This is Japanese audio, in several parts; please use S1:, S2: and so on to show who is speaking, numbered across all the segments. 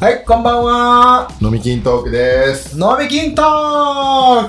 S1: はい、こんばんは。
S2: 飲み金トークです。
S1: のびきんトー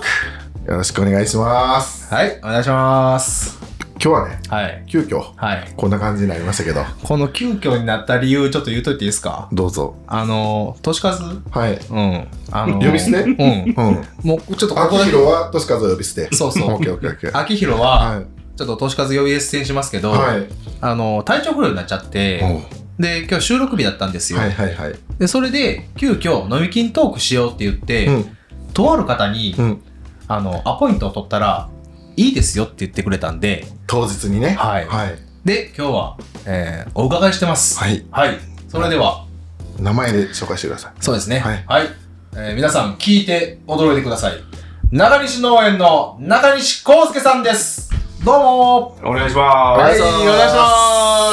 S1: ク
S2: よろしくお願いします。
S1: はい、お願いします。
S2: 今日はね、
S1: はい。
S2: 急遽、
S1: はい。
S2: こんな感じになりましたけど、
S1: この急遽になった理由、ちょっと言うといていいですか
S2: どうぞ。
S1: あの、都市数
S2: はい。
S1: うん。あの、
S2: 呼び捨て
S1: うん。
S2: うん。
S1: もう、ちょっとここ
S2: 秋
S1: だけ。
S2: 広は、としかず呼び捨て。
S1: そうそう
S2: オッケーオッケーオッケー。
S1: 秋広は、
S2: はい。
S1: ちょっと都市数呼び捨てにしますけど、
S2: はい。
S1: あの、体調不良になっちゃって、
S2: おう
S1: で、今日収録日だったんですよ。
S2: はいはいはい。
S1: で、それで、急遽、飲みきんトークしようって言って、
S2: うん。
S1: とある方に、
S2: うん。
S1: あの、アポイントを取ったら、いいですよって言ってくれたんで、
S2: 当日にね。
S1: はい
S2: はい。
S1: で、今日は、えーお伺いしてます。
S2: はい。
S1: はい。それでは、
S2: 名前で紹介してください。
S1: そうですね。
S2: は
S1: はいい。えー皆さん、聞いて驚いてください。中西農園の中西康介さんです。どうも
S3: お願いしま
S1: ー
S3: す。
S1: はい、お願いし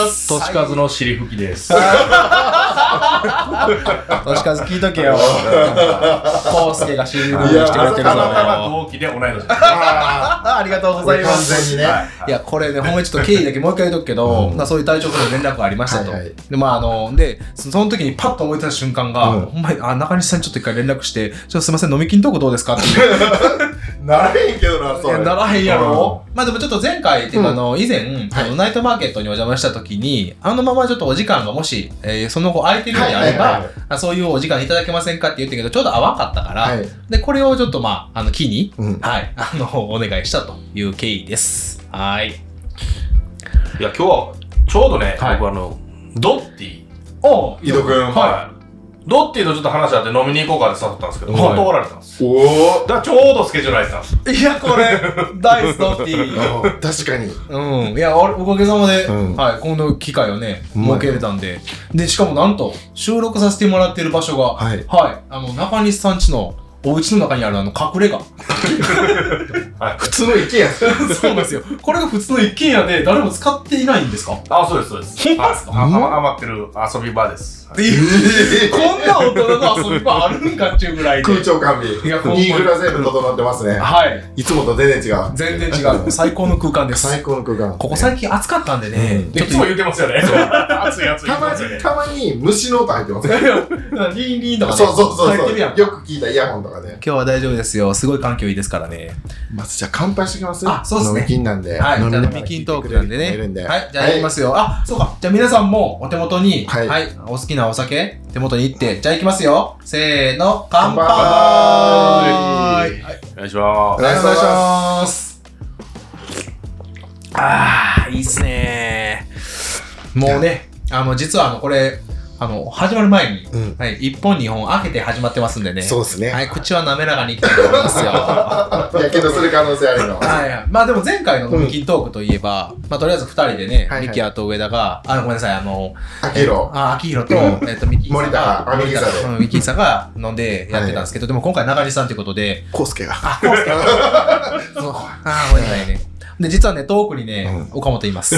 S1: ます。
S3: としかずの尻拭きです。
S1: はい。としかず聞いとけ よ。康介が収録してくれてるぞ
S2: いや。まさ
S1: あ
S3: 同期で同い年。
S2: あ
S1: ーありがとうご
S2: こ
S1: ざい
S2: れ
S1: ま
S2: 完
S1: す。
S2: 全にね。
S1: いや、これね、ほんまにちょっと経緯だけもう一回言っとくけど、
S2: うん
S1: まあそういう体調不良の連絡がありましたと。
S2: はいはい
S1: で、まああの、で、そその時にパッと思い出した瞬間が、
S2: うん
S1: ほんまに、あ、中西さんにちょっと一回連絡して、ちょっとすいません、飲み金とこどうですかって言って
S2: なれへんけどな、そ
S1: いや
S2: れ。
S1: ならへんやろ、まあでもちょっと前回っていうか、
S2: うん
S1: あの、以前、あのナイトマーケットにお邪魔した時に、あのままちょっとお時間がもし、えーその後空いてるようであれば、
S2: はいはいはい
S1: あそういうお時間いただけませんかって言ってんけど、ちょうど合わんかったから、
S2: はい。
S1: で、これをちょっとまあ、あの、機に、
S2: うん。
S1: はい、あの、お願いしたという経緯です。はい。
S3: いや、今日はちょうどね、
S1: はい
S3: 僕あの、ドッティ。
S1: お
S2: 井戸くん。
S3: い。ドッティとちょっと話し合って飲みに行こうかって誘ったんですけど、
S1: はい
S3: 断られたんです。
S2: い。お
S3: だからちょうどスケジュール空いてたんです。
S1: いや、これ、ダイスドッティ。
S2: お。 確かに。
S1: うん。いや、俺おかげさまで、
S2: うん
S1: はい、この機会をね、
S2: うまい
S1: 設けれたんで。で、しかもなんと、収録させてもらってる場所が、
S2: はい
S1: あの、中西さん家の、お家の中にあるあの、隠れ 家。
S2: 普通の意見やん。
S1: そうなんですよ。これが普通の一軒家で、誰も使っていないんですか
S3: あ、そうです、そうです。
S1: ほんまっすか
S3: はいあ
S2: うん
S3: 余余ってる遊び場です。はい
S1: っていう、こんな大人の遊び場あるんかっていうぐらいで。
S2: 空調完備。
S1: いやほんま
S2: イ
S1: に
S2: ンフラ全部整ってますね。
S1: はい。
S2: いつもと全然違う。
S1: 全然違う。最高の空間です。
S2: 最高の空間。
S1: ここ最近暑かったんでね、
S2: うん
S3: いつも言ってますよね。熱い熱い。
S2: たま
S3: 熱い
S2: に、たまに虫の音入っ てます。
S1: リンリンとかね、
S2: そうそうそう
S1: 入っ
S2: そ
S1: て
S2: う。
S1: るやん。
S2: よく聞いたイヤホンとかで。
S1: 今日は大丈夫ですよ。すごい環境いいですからね。
S2: まずじゃあ乾杯してきます
S1: あそうっすね
S2: 飲み金なんで。
S1: はい、じゃあ
S2: な
S1: 飲
S2: がら
S1: み金トークなんで
S2: 聞いてく
S1: ね
S2: れる人もいるん。で。
S1: はい、じゃあ行きますすよ。あ、そうか。じゃあ皆さんもお手元に、
S2: は
S1: はいい、お好きなお酒、手元に行って、じゃあ行きますよ。せーの、乾杯
S2: 乾
S1: はい
S3: お願いしま
S1: お
S3: す。
S1: 願いします。あー、いいっすねもうね、あの、実はあの、これ、あの、始まる前に、
S2: うん
S1: はい、1本2本開けて始まってますんでね。
S2: そうですね。
S1: はい、口は滑らかにいきたいと思いますよ。
S2: やけどする可能性あるの。
S1: はいはい、まあでも前回の飲み金トークといえば、まあとりあえず2人でね、
S2: はいはい
S1: ミキアと上田が、あ、ごめんなさい、あの、
S2: あけろ。
S1: あ、秋広と、
S2: う
S1: えっと、ミキさん
S2: 森田あ
S1: が、
S2: ミキさんで
S1: うんミキさんが飲んでやってたんですけど、でも今回中西さんということで、
S2: コウスケが。
S1: あ、コウスケ。 そうあ、ごめんなさいね。で、実はね、遠くにね、岡本い ます。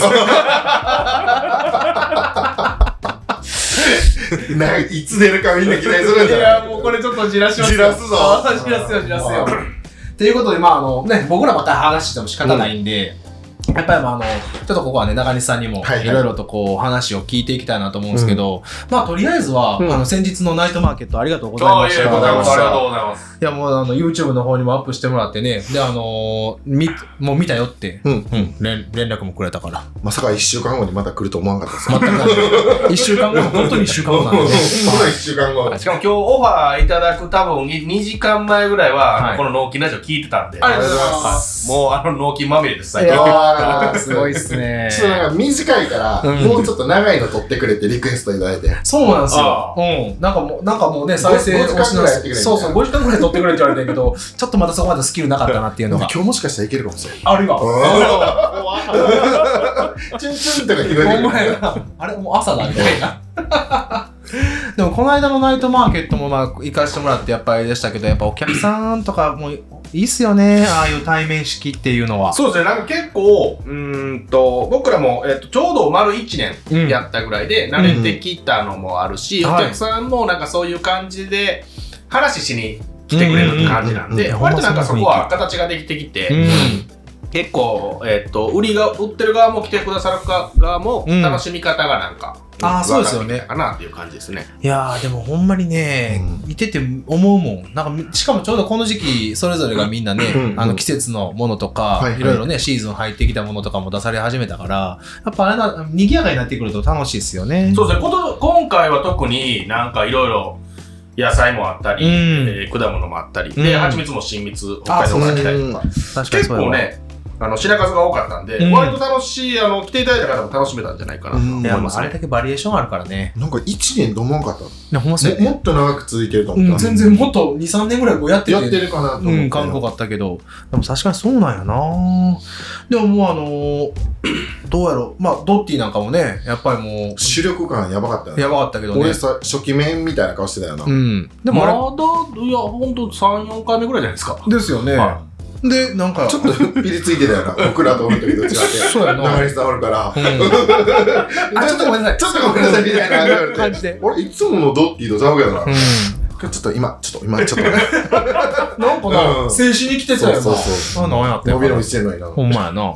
S2: ないつ出るかみんな期待するん
S1: い
S2: じゃない
S1: や、もうこれちょっとじらしますよ。
S2: じらすぞ
S1: あじらすよ、じらすよ。ということで、まあ、あの、ね、僕らばっかり話してても仕方ないんで、やっぱりまああの、ちょっとここはね、中西さんにも、
S2: はいはい
S1: いろいろとこう、話を聞いていきたいなと思うんですけど、まあ、とりあえずは、
S2: うん
S1: あの、先日のナイトマーケットありがとうござい
S3: あ
S1: ま
S3: い
S1: し
S3: えいえ
S1: た。
S3: こちらこそあ
S1: い
S3: りがとうございます。
S1: や、もうあの、YouTube の方にもアップしてもらってね、で、あのーみ、もう見たよって、
S2: うん。
S1: うん、連連絡もくれたから。
S2: まさか1週間後にまた来ると思わなかったで
S1: 全
S2: す。
S1: くない。一週間後、本当に一週間後なんでね。
S2: まだ1週間 後。
S3: しかも今日オファーいただく多分2時間前ぐらいは、
S1: はい
S3: この納期ラジオ聞いてたんで、
S1: あり
S2: が
S1: が
S2: と
S1: とう
S2: うご
S1: ご
S2: ざ
S1: ざ
S2: い
S1: い
S2: ま
S1: ますす。
S3: もうあの納期まみれです、最近。
S2: あー
S1: すごいっ すね
S2: ちょっとなんか短いから、
S1: うん
S2: もうちょっと長いの撮ってくれってリクエストいただいて。
S1: そうなんです
S3: あ
S1: よ。うん。なんかもう、なんかもうね、再生
S2: ご
S1: 押しなん
S2: ご時間ぐら
S1: です
S2: いやってくれみたいな
S1: そうそう、5時間ぐらい撮ってくれって言われてんけど、 ちょっとまだそこまでスキルなかったなっていうの
S2: 今
S1: が。
S2: 日もしかしたらいけるかもしれない。
S1: ある が。
S2: チュンチュンとか聞こえて
S1: お
S2: くる。
S1: 前な、あれもう朝だみたいな。 でもこの間のナイトマーケットもまあ行かせてもらってやっぱりでしたけどやっぱお客さんとかもいいっすよねああいう対面式っていうのは
S3: そうですね、なんか結構、うーんと、僕らも、えっと、ちょうど丸1
S1: うん
S3: 年やったぐらいで、慣れてきたのもあるし、
S1: うん
S3: お客さんもなんかそういう感じで、話ししに来てくれる感じなん
S2: うんうんうん
S3: で、
S1: うん
S3: 割となんかそこは形ができてきて、結構、えっと、売りが、売ってる側も来てくださるか側も、
S1: うん
S3: 楽しみ方がなんか、
S1: あーそうですよね
S3: 分かってきたかなっていう感じですね。
S1: いやーでもほんまにね、いてて思うもんなんかしかもちょうどこの時期それぞれがみんなね、
S2: うん
S1: あの季節のものとか、
S2: はい
S1: い
S2: はい
S1: ろいろねシーズン入ってきたものとかも出され始めたからやっぱあれな賑やかになってくると楽しいですよね
S3: そうですね、こと今回は特になんかいろいろ野菜もあったり、
S1: うん
S3: えー果物もあったり、で、
S1: うん
S3: 蜂蜜も新蜜、北海道から来たり
S1: 確
S3: とか、
S1: かに
S3: 結
S1: そうやわ
S3: 構ね、あの品数が多かったんで、
S1: うん
S3: 割と楽しいあの、来ていただいた方も楽しめたんじゃないかなと思
S1: い
S3: い
S1: やも
S3: ま
S1: う
S3: す
S1: あ
S3: ね。
S1: れだけバリエーションあるからね
S2: なんか1年どもんかった
S1: ねほんまそうや
S2: も
S1: ね
S2: もっと長く続いてると思った、
S1: 全然もっと23年ぐらいこうやってて
S2: やってるかなと思って、
S1: うん、感動かったけど、でも確かにそうなんやなでももうあのーどうやろう、まあ、ドッティなんかもね、やっぱりもう、
S2: 主力感やばかったよね
S1: やばかったけどね
S2: 俺。さ初期面みたいな顔してたよな、
S1: うん。で
S3: ま
S1: も
S3: だ、
S1: あ
S3: いや、ほんと3、4回目ぐらいじゃないですか。
S1: れ、ですよね。
S3: は
S1: で、なんか、
S2: ちょっとピリついてたよ な僕らと思ったけど違って
S1: そうやな
S2: 流れ伝わるから
S1: うんあちょっとごめんなさい
S2: ちょっとごめんなさいみたいな感じで言わ
S1: 感
S2: れて
S1: じで。
S2: 俺いつものドッティとちゃうけどな、
S1: うん。
S2: ちょっと今ちょっと今ちょっ
S1: なんか
S2: う
S1: な、
S2: ん
S1: 静止に来てた
S2: とそ
S1: よ
S2: う
S1: な。
S2: そうそう
S1: あ、なんやって
S2: 伸び伸びしてんのにな
S1: ほんまやな。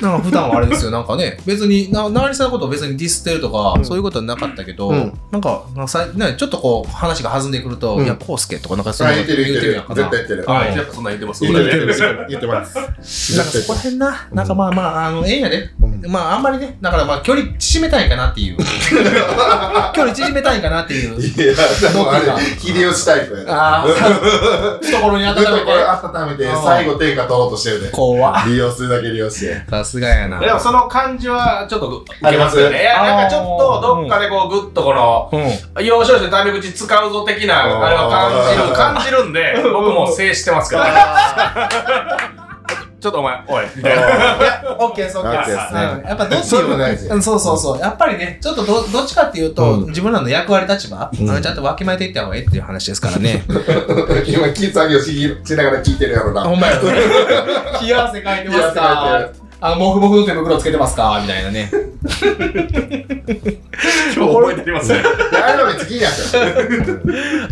S1: なんか普段はあれですよ、なんかね、別に、な成さんのことを別にディスってるとか、
S2: うん
S1: そういうことはなかったけど、
S2: うん
S1: なんかなんかさ、ね、ちょっとこう、話が弾んでくると、
S2: うん
S1: いや、コウスケとか、なんかそう
S2: あ
S1: いう
S2: 言ってる言ってる
S1: やんか
S2: 絶
S1: な
S2: 対言ってる
S1: あ
S3: はい、やっぱそんなん言ってます。
S2: 言ってる
S3: そんなん
S2: 言ってる言ってます
S1: なんかそこら辺な、なんかまあまあ、あの、ええんやで。
S2: うん
S1: まあ、あんまりね、だからまあ、距離縮めたいかなって いう。距離縮めたいかなっていう。
S2: いやでもあれ秀吉タイプやな
S1: ああ、 懐に
S2: ずっとこれ温めて
S1: うん
S2: 最後天下取ろうとしてるね
S1: 怖
S2: 利用するだけ利用 して
S1: さすがやな。
S3: でもその感じはちょっと受けますよね。いや、なんかちょっとどっかでこうグッとこの、
S1: うん。
S3: 要所要所でタメ口使うぞ的な
S2: うん
S3: あれ
S2: う
S3: を
S2: ん
S3: 感じる、感じ るんで、僕も制してますから。 ちょっとお前、おい、みたいな。
S1: オッケーです、オッケーです。
S2: オッケーです
S1: うんやっぱどっち
S2: そういうの大事
S1: うんそうそうそう。やっぱりね、ちょっとどどっちかっていうと、
S2: うん
S1: 自分らの役割立場、
S2: うん
S1: あのちゃんとわきまえていった方がいいっていう話ですからね。
S2: 今キ作業ししながら聞いてるやろ な
S1: ほんまや。冷や汗かいてます
S2: 冷や汗か
S1: かあ、もふもふの手袋つけてますかみたいなね。
S3: 今日覚えてりますね。
S2: いやあれは別にいいやつや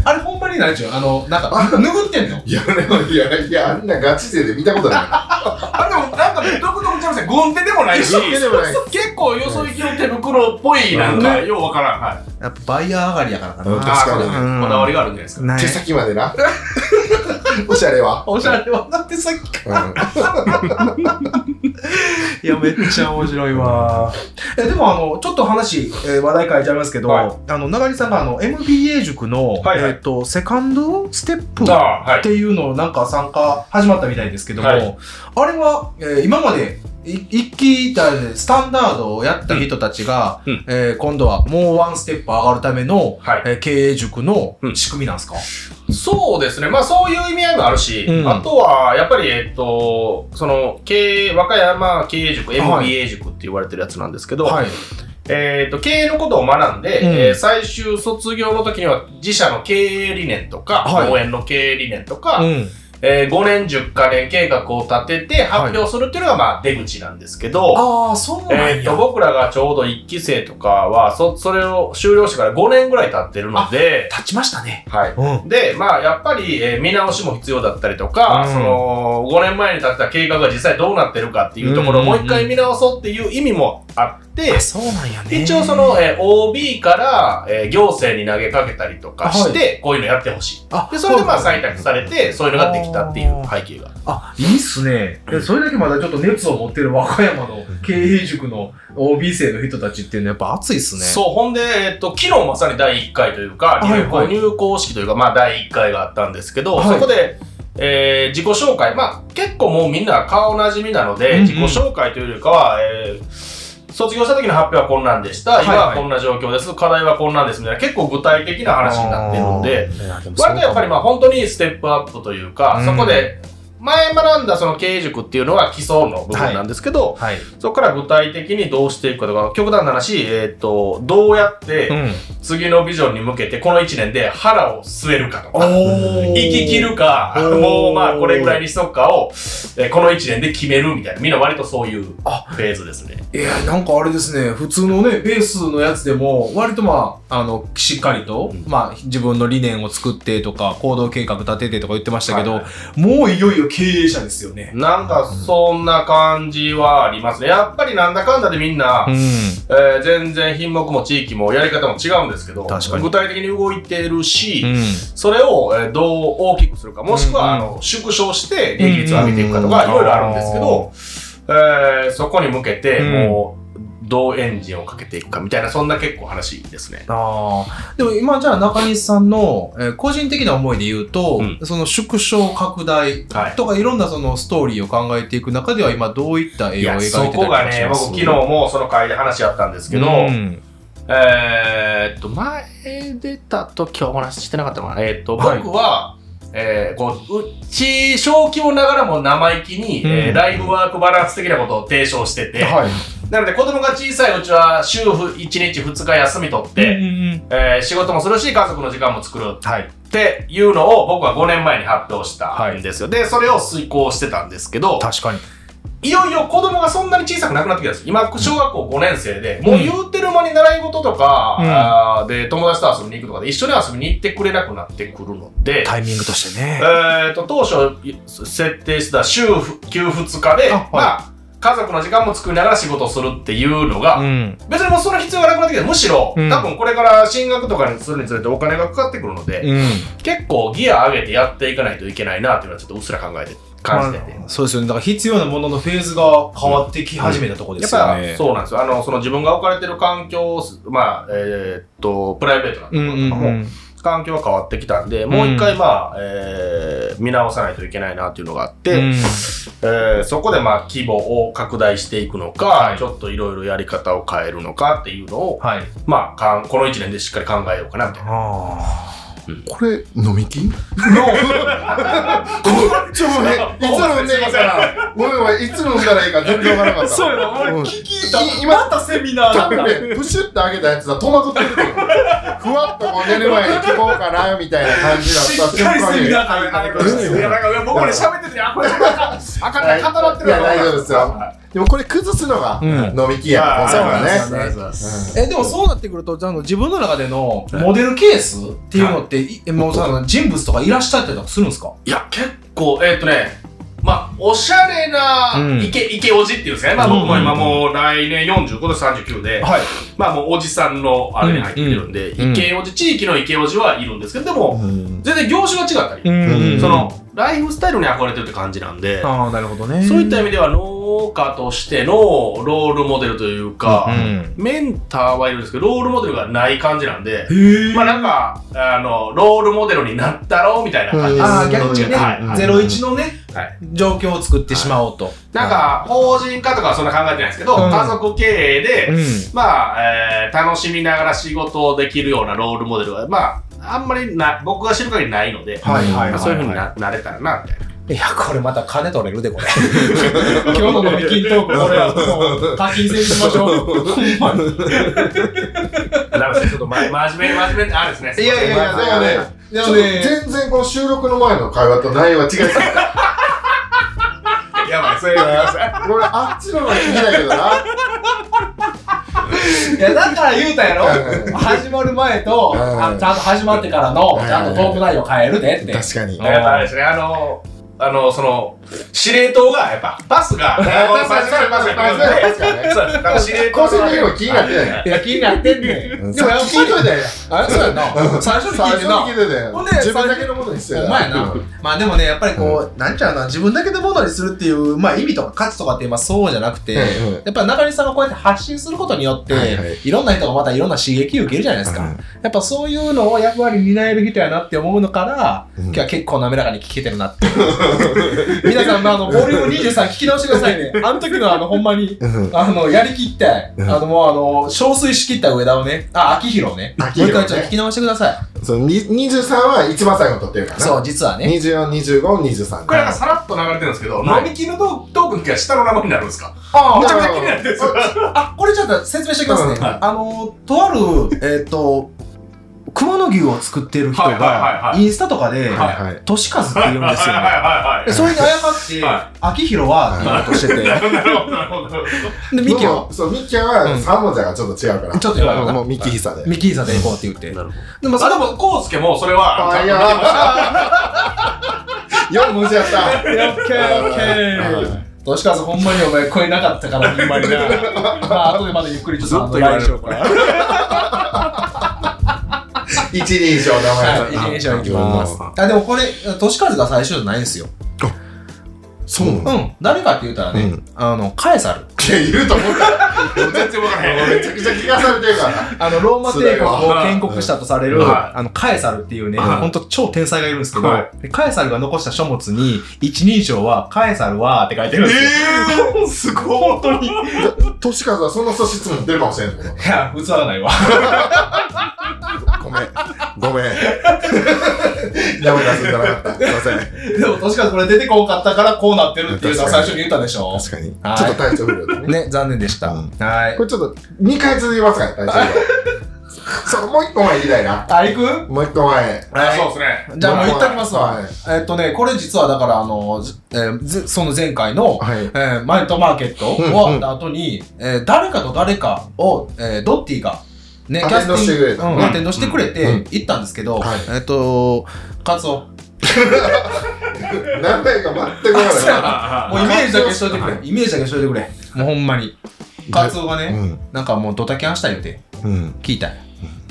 S1: あれほんまに何でしょうあの、なんか、拭ってんの
S2: いやでもいやいやあんなガチ勢で見たことない
S3: あ、でもなんか独特ちゃいますね。軍手でもないし、
S2: 軍手でもない
S3: 結構よそ行きの手袋っぽい、なんか、ようわからん。はい。
S1: やっぱバイヤー上がりやからか
S2: うん
S1: な。
S2: 確かに
S3: あーそうですねこだわりがあるんじゃないですか。
S1: な
S2: 手先までなおしゃれは
S1: おしゃれはなってさっき
S2: うん
S1: いや、めっちゃ面白いわ。えでも、あの、ちょっと話、えー話題変えちゃいますけど、
S3: はい
S1: あの、長利さんが、あの、MBA 塾の、
S3: はいはい
S1: えっ、と、セカンドステップ
S3: ああ、は
S1: っ
S3: い。
S1: ていうのをなんか参加始まったみたいですけども、
S3: はい
S1: あれは、えー今までい一期だねスタンダードをやった人たちが、
S3: うんうん
S1: えー今度はもうワンステップ上がるための、
S3: はい
S1: えー経営塾の
S3: うん
S1: 仕組みなんですか、
S3: そうですね。まあそういう意味合いもあるし、
S1: うん
S3: あとは、やっぱり、えっと、その、経営、和歌山経営塾、
S1: はい
S3: MBA 塾って言われてるやつなんですけど、
S1: はい。
S3: えっと、経営のことを学んで、
S1: うん
S3: えー最終卒業の時には自社の経営理念とか、
S1: はい
S3: 応援の経営理念とか、
S1: うん。
S3: えー5年10カ年計画を立てて発表するっていうのが、まあ出口なんですけど、
S1: ああ、そうな
S3: え
S1: ん
S3: ー、
S1: や。
S3: と僕らがちょうど1期生とかはそそれを終了してから5年ぐらい経ってるので、
S1: 立ちましたね。
S3: はい、
S1: うん。
S3: で、まあ、やっぱり、えー見直しも必要だったりとか、
S1: うん
S3: その、5年前に立てた計画が実際どうなってるかっていうところを
S1: うんうん
S3: も
S1: うん
S3: う一回見直そうっていう意味もあって、
S1: あそうなんやね。
S3: 一応その、えー OB から、えー行政に投げかけたりとかして、こういうのやってほしい。
S1: あ
S3: で、それでまあ採択
S1: さ
S3: されて、そういうのができたっていう背景が。
S1: あ、いいっすね。でそれだけまだちょっと熱を持ってる和歌山の経営塾の OB 生の人たちっていうのはやっぱ熱いっすね。
S3: そう、ほんで、えっと、昨日まさに第1回というか、
S1: はい
S3: 入校、
S1: はい
S3: 入校式というか、まあ、第1回があったんですけど、
S1: はい
S3: そこで、えー自己紹介、まあ、結構もうみんな顔なじみなので、
S1: うんうん
S3: 自己紹介というよりかは、えー卒業した時の発表はこんなんでした、
S1: はいは
S3: 今
S1: い
S3: はこんな状況です、課題はこんなんですみたいな、結構具体的な話になってるので、
S1: あー、でもそうか
S3: 割とやっぱりまあ本当にステップアップというか、
S1: うん
S3: そこで、前学んだその経営塾っていうのは基礎の部分なんですけど、
S1: はい。
S3: そこから具体的にどうしていくかとか、極端な話、えっ、と、どうやって
S1: ん。
S3: 次のビジョンに向けて、この1年で腹を据えるかとか、
S1: お
S3: 生き切るか
S1: お、ー
S3: もうまあこれぐらいにしとくかを、えーこの1年で決めるみたいな、みんな割とそういうフ
S1: あ
S3: ェーズですね。
S1: いや、なんかあれですね、普通のね、ベースのやつでも、割とまあ、あの、しっかりと、
S3: うん
S1: まあ、自分の理念を作ってとか、行動計画立ててとか言ってましたけど、
S3: はい
S1: もういよいよ
S4: 業経営者ですよね。
S3: なんかそんな感じはありますね。やっぱりなんだかんだでみんな、
S1: うん。
S3: えー全然品目も地域もやり方も違うんですけど、
S1: 確かに
S3: 具体的に動いてるし、
S1: うん。
S3: それをえーどう大きくするか、もしくは、
S1: うんうん
S3: あの縮小して利益率を上げていくかとか、
S1: うん
S3: いろいろあるんですけど、えーそこに向けて、
S1: うん
S3: もう、どうエンジンをかけていくかみたいな、そんな結構話ですね。
S1: ああ。でも今じゃあ中西さんの、えー個人的な思いで言うと、
S3: うん
S1: その縮小拡大
S3: はい。
S1: とかいろんなそのストーリーを考えていく中では今どういった絵
S3: い
S1: を描
S3: や、
S1: いて
S3: そ
S1: たりと
S3: こ
S1: か
S3: が
S1: し
S3: ね、
S1: ま
S3: 僕
S1: す
S3: 昨日もその会で話あったんですけど、
S1: うん
S3: えーっと、前出た時はお話ししてなかったのかな。えーっと、
S1: はい
S3: 僕は、えーこう、うち、小規模ながらも生意気に、
S1: うん
S3: えーライフワークバランス的なことを提唱してて、
S1: はい。
S3: なので子供が小さいうちは週1日2日休み取って、
S1: うん
S3: えー仕事もするし家族の時間も作る
S1: はい。
S3: っていうのを僕は5年前に発表した
S1: はい
S3: んですよ。で、それを遂行してたんですけど、
S1: 確かに。
S3: いよいよ子供がそんなに小さくなくなってきたんです。今、小学校5年生で、もう言うてる間に習い事とか、
S1: うん
S3: あーで、友達と遊びに行くとかで一緒に遊びに行ってくれなくなってくるので、
S1: タイミングとしてね。
S3: えー、と当初設定した週休2日で、
S1: あはい
S3: まあ、家族の時間も作りながら仕事をするっていうのが、
S1: うん。
S3: 別にもうその必要がなくなってきて、むしろ、
S1: うん
S3: 多分これから進学とかにするにつれてお金がかかってくるので、
S1: うん。
S3: 結構ギア上げてやっていかないといけないなっていうのはちょっとうっすら考えて、感じてて。
S1: そうですよね。だから必要なもののフェーズが変わってき始めたところで
S3: やっ
S1: すよ
S3: ぱ
S1: ね。
S3: そうなんですよ。あの、その自分が置かれてる環境をす、まあ、えーっと、プライベートなとこ
S1: う
S3: ろ
S1: ん
S3: と
S1: うん
S3: か
S1: う
S3: も、
S1: ん。
S3: 環境が変わってきたんで、もう一回、まあ、えー見直さないといけないなっていうのがあって、
S1: うん
S3: えーそこでまあ規模を拡大していくのか、
S1: はい
S3: ちょっといろいろやり方を変えるのかっていうのを、
S1: はい。
S3: まあかん、この1年でしっかり考えようかなみたいな。
S1: あ
S2: これ、飲み金ちょ、もうね、いつ飲んでいいかな。ごめんごめん、いつ飲んだらいいか全然わからなかった。
S4: そうよ、俺
S2: うん
S4: 聞きた。
S2: い今
S4: またセミナー
S2: 多
S4: なんだ
S2: 分。ね、プシュッて上げたやつは戸惑ってると思う。ふわっとこう寝る前に聞こうかな、みたいな感じだ
S4: し
S2: った
S4: っかりセミナー考えてくだ
S2: うん
S4: いや、なんか僕俺喋ってて、あ、これ、
S3: あかんない、語らってるわ
S2: いや大丈夫ですよ
S3: はい
S2: でもこれ崩すのが
S1: うん
S2: 飲み金やから、
S1: そう
S2: 今
S1: なん
S2: 回
S1: で
S2: は
S1: す
S2: ね。
S1: ね
S2: うん
S1: えでもそうなってくるとじゃああの自分の中でのモデルケースっていうのって、いえもうさ人物とかいらっしゃったりとかするんですか
S3: いや、結構、えーっとね、まあ、おしゃれな
S1: うん
S3: イケ、イケおじっていうんですかね。まあ、
S1: うん
S3: 僕も今もう来年45で39で、
S1: はい
S3: まあもうおじさんのあれに入ってるんで、
S1: うんうん
S3: イケおじ、地域のイケおじはいるんですけど、でも、全然業種が違ったり、
S2: うん
S3: その、ライフスタイルに憧れてるって感じなんで、
S1: ああなるほどね
S3: そういった意味では農家としてのロールモデルというか、
S1: うん
S3: メンターはいるんですけど、ロールモデルがない感じなんで、
S1: へえ、
S3: まあなんか、あの、ロールモデルになったろうみたいな感じです。
S1: ああ逆にね、
S3: はい
S2: うん
S1: ゼロ一のね、
S3: はい
S1: 状況を作ってしまおうと、
S3: なんか、法人化とかはそんな考えてないですけど、
S1: うん
S3: 家族経営で、
S1: うん
S3: まあ、えー楽しみながら仕事をできるようなロールモデルは、まあ、あんまりな、僕が知る限りないので、
S1: はいはいはいはい
S3: まあそういうふうにななれたらな、みたいな。
S1: いやこれまた金取れるでこれ 今日の飲み金トークこれはもう課金制にしましょうほんまに
S3: なるほどちょっとま真面目に真面目に、あれですね。
S1: いやいやいや
S2: まあでもね、でもね
S1: ちょっ
S2: 全然この収録の前の会話と内容は違ってた。
S3: やばい、そういうの
S2: 俺、あっちの方が聞きたいけどな。
S1: といやだから言うたや
S2: はいはいはい
S1: ろ始まる前と、あ
S2: はい
S1: ちゃんと始まってからのちゃんとトーク内容変えるでって
S2: 確かに。
S3: だからあれですね、あの、あの、その、司令塔が、やっぱ、パス が、
S2: 確かに確かに確かに確かに
S3: そうなんですなんか司令塔
S2: 個人的にも気になってない
S1: いや、気になってんねん。でもやっ
S2: さっき聞いと
S1: ぱ
S2: い
S1: り、
S2: たやん。
S1: あ れそうやんな。最初に
S2: 最
S1: 聞い
S2: 初
S1: て
S2: に
S1: な
S2: 聞い。といたやん
S1: ほんで
S2: 自分だけのものにして
S1: お前な。まあでもね、やっぱりこう、なんちゃうな、自分だけのものにするっていう、まあ意味とか価値とかって今そうじゃなくて、
S2: うんうん
S1: やっぱり中西さんがこうやって発信することによって、
S2: はい
S1: い
S2: はい
S1: ろんな人がまたいろんな刺激を受けるじゃないですか。
S2: うん
S1: やっぱそういうのを役割担える人やなって思うのから、
S2: うん
S1: 今日は結構滑らかに聞けてるなって。 皆さん、まあ、あの、ボリューム23聞き直してくださいね。あの時のあの、ほんまに、
S2: うん
S1: あの、やりきって、あ
S2: うん
S1: の、もうあの、憔悴しきった上田をね、あ、秋広をね、
S2: 秋広ね
S1: もう一回ちょっと聞き直してください。
S2: そのに23は一番最後に撮ってるからな。
S1: そう、実はね。
S2: 24、25、23。
S3: これなんかさらっと流れてるんですけど、
S1: はい
S3: 飲み金のトークトークの時は下の名前になるんですか
S1: あ
S3: めちゃくちゃ気になってるんですよ。
S1: あ、これちょっと説明しておきますね。
S2: うん
S1: あの、とある、 えっ、と、熊野牛を作ってる人
S3: はいはいは
S1: が
S3: い、は
S1: インスタとかで、
S2: はいはい。
S1: としかずって言うんですよね。
S3: はいはいはいはい
S1: でそれにあやかって、
S3: は
S1: 秋広はって言おうとしてて、
S3: なるほど、なるほど。
S1: で、ミキ
S2: で
S1: を、
S2: もそう、ミキヤは3文字がちょっと違うから。
S1: ちょっと言わ
S2: も
S1: な
S2: うミキヒサで。
S1: ミキーザで行こうって言って。
S3: なるほ
S1: でも、そ
S3: あ、
S1: れ
S3: で
S1: も、
S3: も、コウスケもそれは、
S2: あ
S3: ちゃん
S2: い
S3: と
S2: や
S3: 見てま
S2: 4文
S3: した。
S2: 字やった。
S1: オッケーオッケー。年数ほんまにお前声なかったから、ほんま にな。まあ、後でまだゆっくりちょっとあの
S3: ずっと言われる
S1: 来週から。
S2: 一人称名前
S1: はい、一人称いきます。あ、でもこれ、年数が最初じゃないんですよ。
S5: そうな
S1: う
S5: の
S1: ん。誰かって言うたらね、
S5: うん
S1: あの、カエサル。
S2: って言うと思った。
S3: 全然わからへん。
S2: めちゃくちゃ聞かされてるから。
S1: あの、ローマ帝国を建国したとされる、
S3: はい
S1: あの、カエサルっていうね、
S3: はい
S1: ほんと超天才がいるんですけど、
S3: は
S1: でカエサルが残した書物に、一人称は、カエサルは、って書いてるんですよ。
S3: えー、すごい。本当に。
S2: としかずはその素質も出るかもしれんぞ。
S1: いや、器がないわ。
S2: ごめん。ご めん。ダメ出すんじゃなかった。すいません。
S1: でも、確かにこれ出てこんかったから、こうなってるっていうのは最初に言ったでしょ。
S5: 確かに。
S2: ちょっと体調不良でね。
S1: ね、残念でした。
S5: うん
S1: はい
S2: こ。れちょっと2回続きますから、体調不良。そう、もう一個前行きたいな。
S1: あ、行く
S2: もう一個前。
S3: あそうですね。
S1: じゃあもう言っときますわ
S2: はい。
S1: えっとね、これ実はだから、あの、ずえーずその前回の、
S2: はい。
S1: えーマイトマーケット
S5: うん
S1: 終わった後に、えー誰かと誰かを、えードッティが、ね、
S2: アテンドしてくれた
S1: うん
S2: うん
S1: アテンドしてくれ
S2: う
S1: て行ったんですけど、
S2: はい
S1: えっと、カツオ、
S2: 何回か全く分からな い。
S1: もうイメージだけしといてくれ、イメージだけしといてくれ、もうほんまに。カツオが
S5: う
S1: ね、
S5: ん。
S1: なんかもうドタキャンした言うて、
S5: うん。
S1: 聞いたんや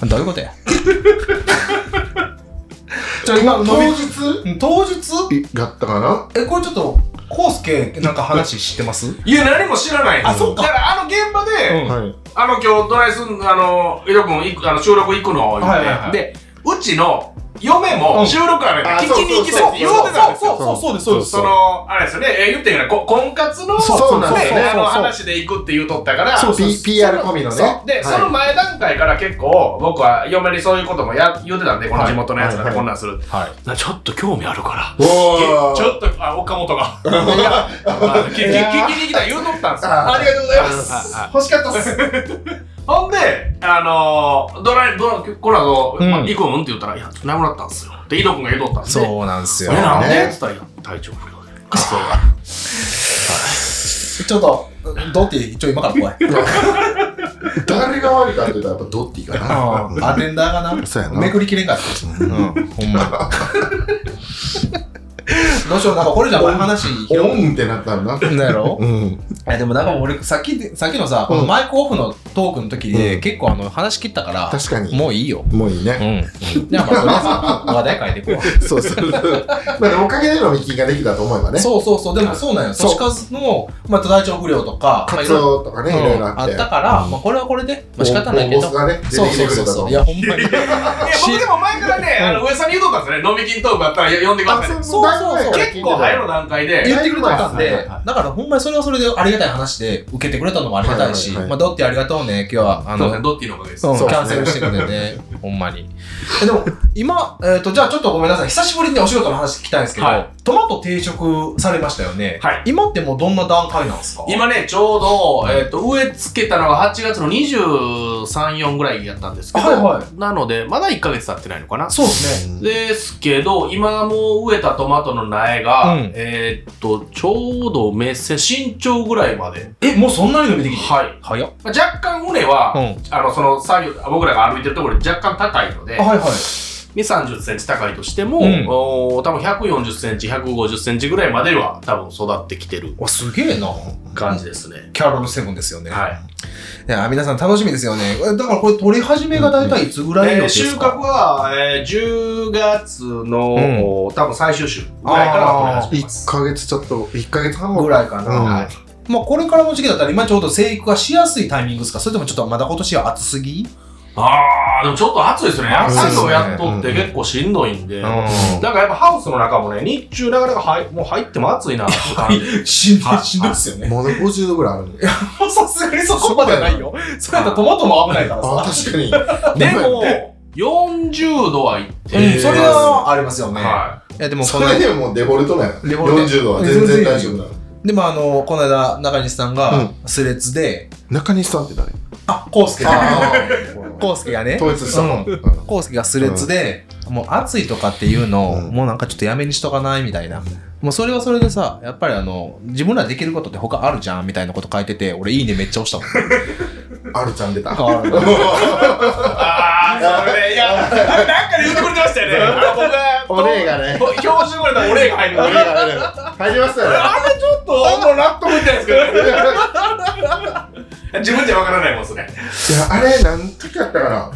S1: どういうことや ちょ、今、
S2: 当
S1: 飲み
S2: 日
S1: 当日
S2: だったかな
S1: え、これちょっと、コウスケ、なんか話知ってます
S3: いや、何も知らないです
S1: あそっか
S3: だから、あの現場で、
S1: うん
S2: はい。
S3: あの、今日、ドライスン、あの、井戸君、いくあの収録行くの、言って、
S1: はいはいはい
S3: で、うちの嫁
S1: う
S3: も
S1: ん
S3: 収録あるんで、
S2: あ
S3: 聞きに行きそうって言うてたんですよ。
S1: そうそうそうそうですそうです
S3: その、あれですよね、えー言ってんから、こ婚活の、
S2: そうそうなんです
S3: ね、
S2: そうそうそう
S3: あの話で行くって言うとったから、
S1: そう
S2: P- PR 込みのね。
S3: そうで、その前段階から結構、僕は嫁にそういうこともや言うてたんで、この地元のやつら
S2: はい
S3: でこんなんする。
S1: はい。
S3: なちょっと興味あるから。
S2: おー
S3: ちょっと、あ、岡 本が。あ聞き聞きに行きたい言うとったんですよ。
S2: あ
S1: りがとうございま
S3: ああ
S1: 欲しかったっす。
S3: ほんで、あのー、ドライドラコラの、
S1: うん
S3: まあ、行くんって言ったら、いや、なくなったんすよ。で、井戸君が言うとったんで。う。
S1: そうなんですよ
S3: え、。なんで
S2: ね
S3: って言ったら、いや、体調不良で。そうが。
S1: ちょっと、ドッティ、一応今から怖い。
S2: 誰が悪いかって言ったらやっぱドッティかな。
S1: アテンダーが
S5: そうや
S1: な、
S5: な
S1: めくりきれんかった。うん、ほんま。どうしよう、なんかこれじゃ俺話広
S2: オ
S1: い
S2: ンってなったんだ。
S1: んだやろ
S5: うん。
S1: えでもなんか俺、さっき、さっきのさ、
S5: うん
S1: マイクオフのトークの時で、
S5: うん
S1: 結構あの、話切ったから、
S5: 確かに。
S1: もういいよ。
S5: もういいね。
S1: うん。じゃあまあ、とりあえず話題変えていこうわ。
S5: そうそう。
S2: まあおかげでのミキができたと思えばね。
S1: そうそうそう、でもそうなんよ。
S5: そう
S1: 年数の、まあ、体調不良とか、まあ
S2: カ
S1: い
S2: ツ
S1: ろいろ
S2: オとかね、い
S1: うん
S2: ろいろあ
S1: あ
S2: っ。
S1: ってたから、
S5: うん
S1: まあ、これはこれで、まあ、仕方ないけど。
S2: ボスがね、出
S1: そう
S2: てき
S1: そ
S2: て
S1: う
S2: くれ
S1: そ
S2: た
S1: うそ
S2: と
S1: う。い。や、ほん まに。
S3: いや、僕でも前からね、あの、上さんに言うとったんですよね。飲み金トークあったら呼んでください。
S2: あ
S1: そうそうそう
S3: 結構早いの段階で、
S1: 言ってくれたん
S2: はいは
S1: で
S2: いは、
S1: だからほんまにそれはそれでありがたい話で受けてくれたのもありがたいし、
S2: はいはいはい
S1: まあ、どってありがとうね、今日は。あ
S3: そう
S1: の、う
S3: ですね、
S1: ん
S3: ドッティのおかげです。
S1: キ
S3: そう
S2: そう
S1: ャンセルしてくれて、ほんまに。えでも、今、えっ、と、じゃあちょっとごめんなさい。久しぶりにお仕事の話聞きたいんですけど、
S3: はい
S1: トマト定食されましたよね。
S3: はい
S1: 今ってもうどんな段階なんですか
S3: 今ね、ちょうど、えっ、と、植え付けたのが8月の23、4ぐらいやったんですけど、
S1: はいは
S3: なので、まだ1ヶ月経ってないのかな。
S1: そうですね。
S3: ですけど、今もう植えたトマトの苗が、
S1: うん
S3: えーっと、ちょうど目線、身長ぐらいまで。
S1: え、もうそんなに伸びてきて
S3: はい。
S1: 早っ。
S3: まあ若干畝は、
S1: うん
S3: あの、その作業、僕らが歩いてるところより若干高いので、
S1: あ
S3: 2、
S1: はいはい。
S3: 30センチ高いとしても、
S1: うん
S3: おー多分140センチ、150センチぐらいまでは多分育ってきてる
S1: お、すげえな。
S3: 感じですね。
S1: キャロルセブンですよね。
S3: はい。
S1: いや、皆さん楽しみですよね。えだからこれ取り始めが大体いつぐらい
S3: え
S1: の
S3: ー
S1: です
S3: 収穫
S1: か、
S3: は、えー10月の、
S1: うん
S3: おー多分最終週ぐらいから取り始めます
S2: 1。ヶ月ちょっと、1ヶ月半
S1: ぐらいかな。
S5: うん
S3: はい
S1: まあこれからの時期だったら今ちょうど生育がしやすいタイミングですかそれともちょっとまだ今年は暑すぎ
S3: あー、でもちょっと暑いですね。
S1: 暑
S3: 暑
S1: いですね
S3: いのやっとって結構しんどいんで。なん
S1: う
S3: かやっぱハウスの中もね、日中なかなか入もう入っても暑いなって感 じ。
S1: ん。 しんど、
S3: はいい
S1: しんどいっすよね。
S2: まだ50度ぐらいあるんだよ。
S1: もうさすがに そこまではないよ。それやったらトマトも危ないから
S2: あ、
S1: さ。
S2: 確かに。
S3: でも、40度はいって
S1: うん
S3: ます、
S1: それはありますよね。
S3: はい
S1: やでもこ
S2: そ
S1: の
S2: れでもうデフォルトなんや。
S1: デフォルト
S2: 40度は全然大丈夫なの。
S1: でもあのこの間中西さんがスレッズで、
S5: 中西さんって誰
S1: あコウスケ
S2: あ
S1: コウスケがね
S2: 統一したもん。うん
S1: コウスケがスレッズで、もう暑いとかっていうのを、
S5: うん
S1: もうなんかちょっとやめにしとかないみたいな、もうそれはそれでさ やっぱりあの自分らできることって他あるじゃんみたいなこと書いてて俺いいねめっちゃ押したもん
S2: あるちゃん出た。
S6: ある
S3: ああ、それね、いや、なんかで言ってくれてましたよね。あの僕
S6: お
S3: が、
S6: 礼がね。
S3: と標準語でお礼が入る
S6: お
S3: の
S6: 礼
S3: に。
S6: がね。入りましたよね。
S3: あれちょっと、もう納得いってないですけどね。自分じゃわからないもん、それ。
S2: いや、あれ、なん時やったかな。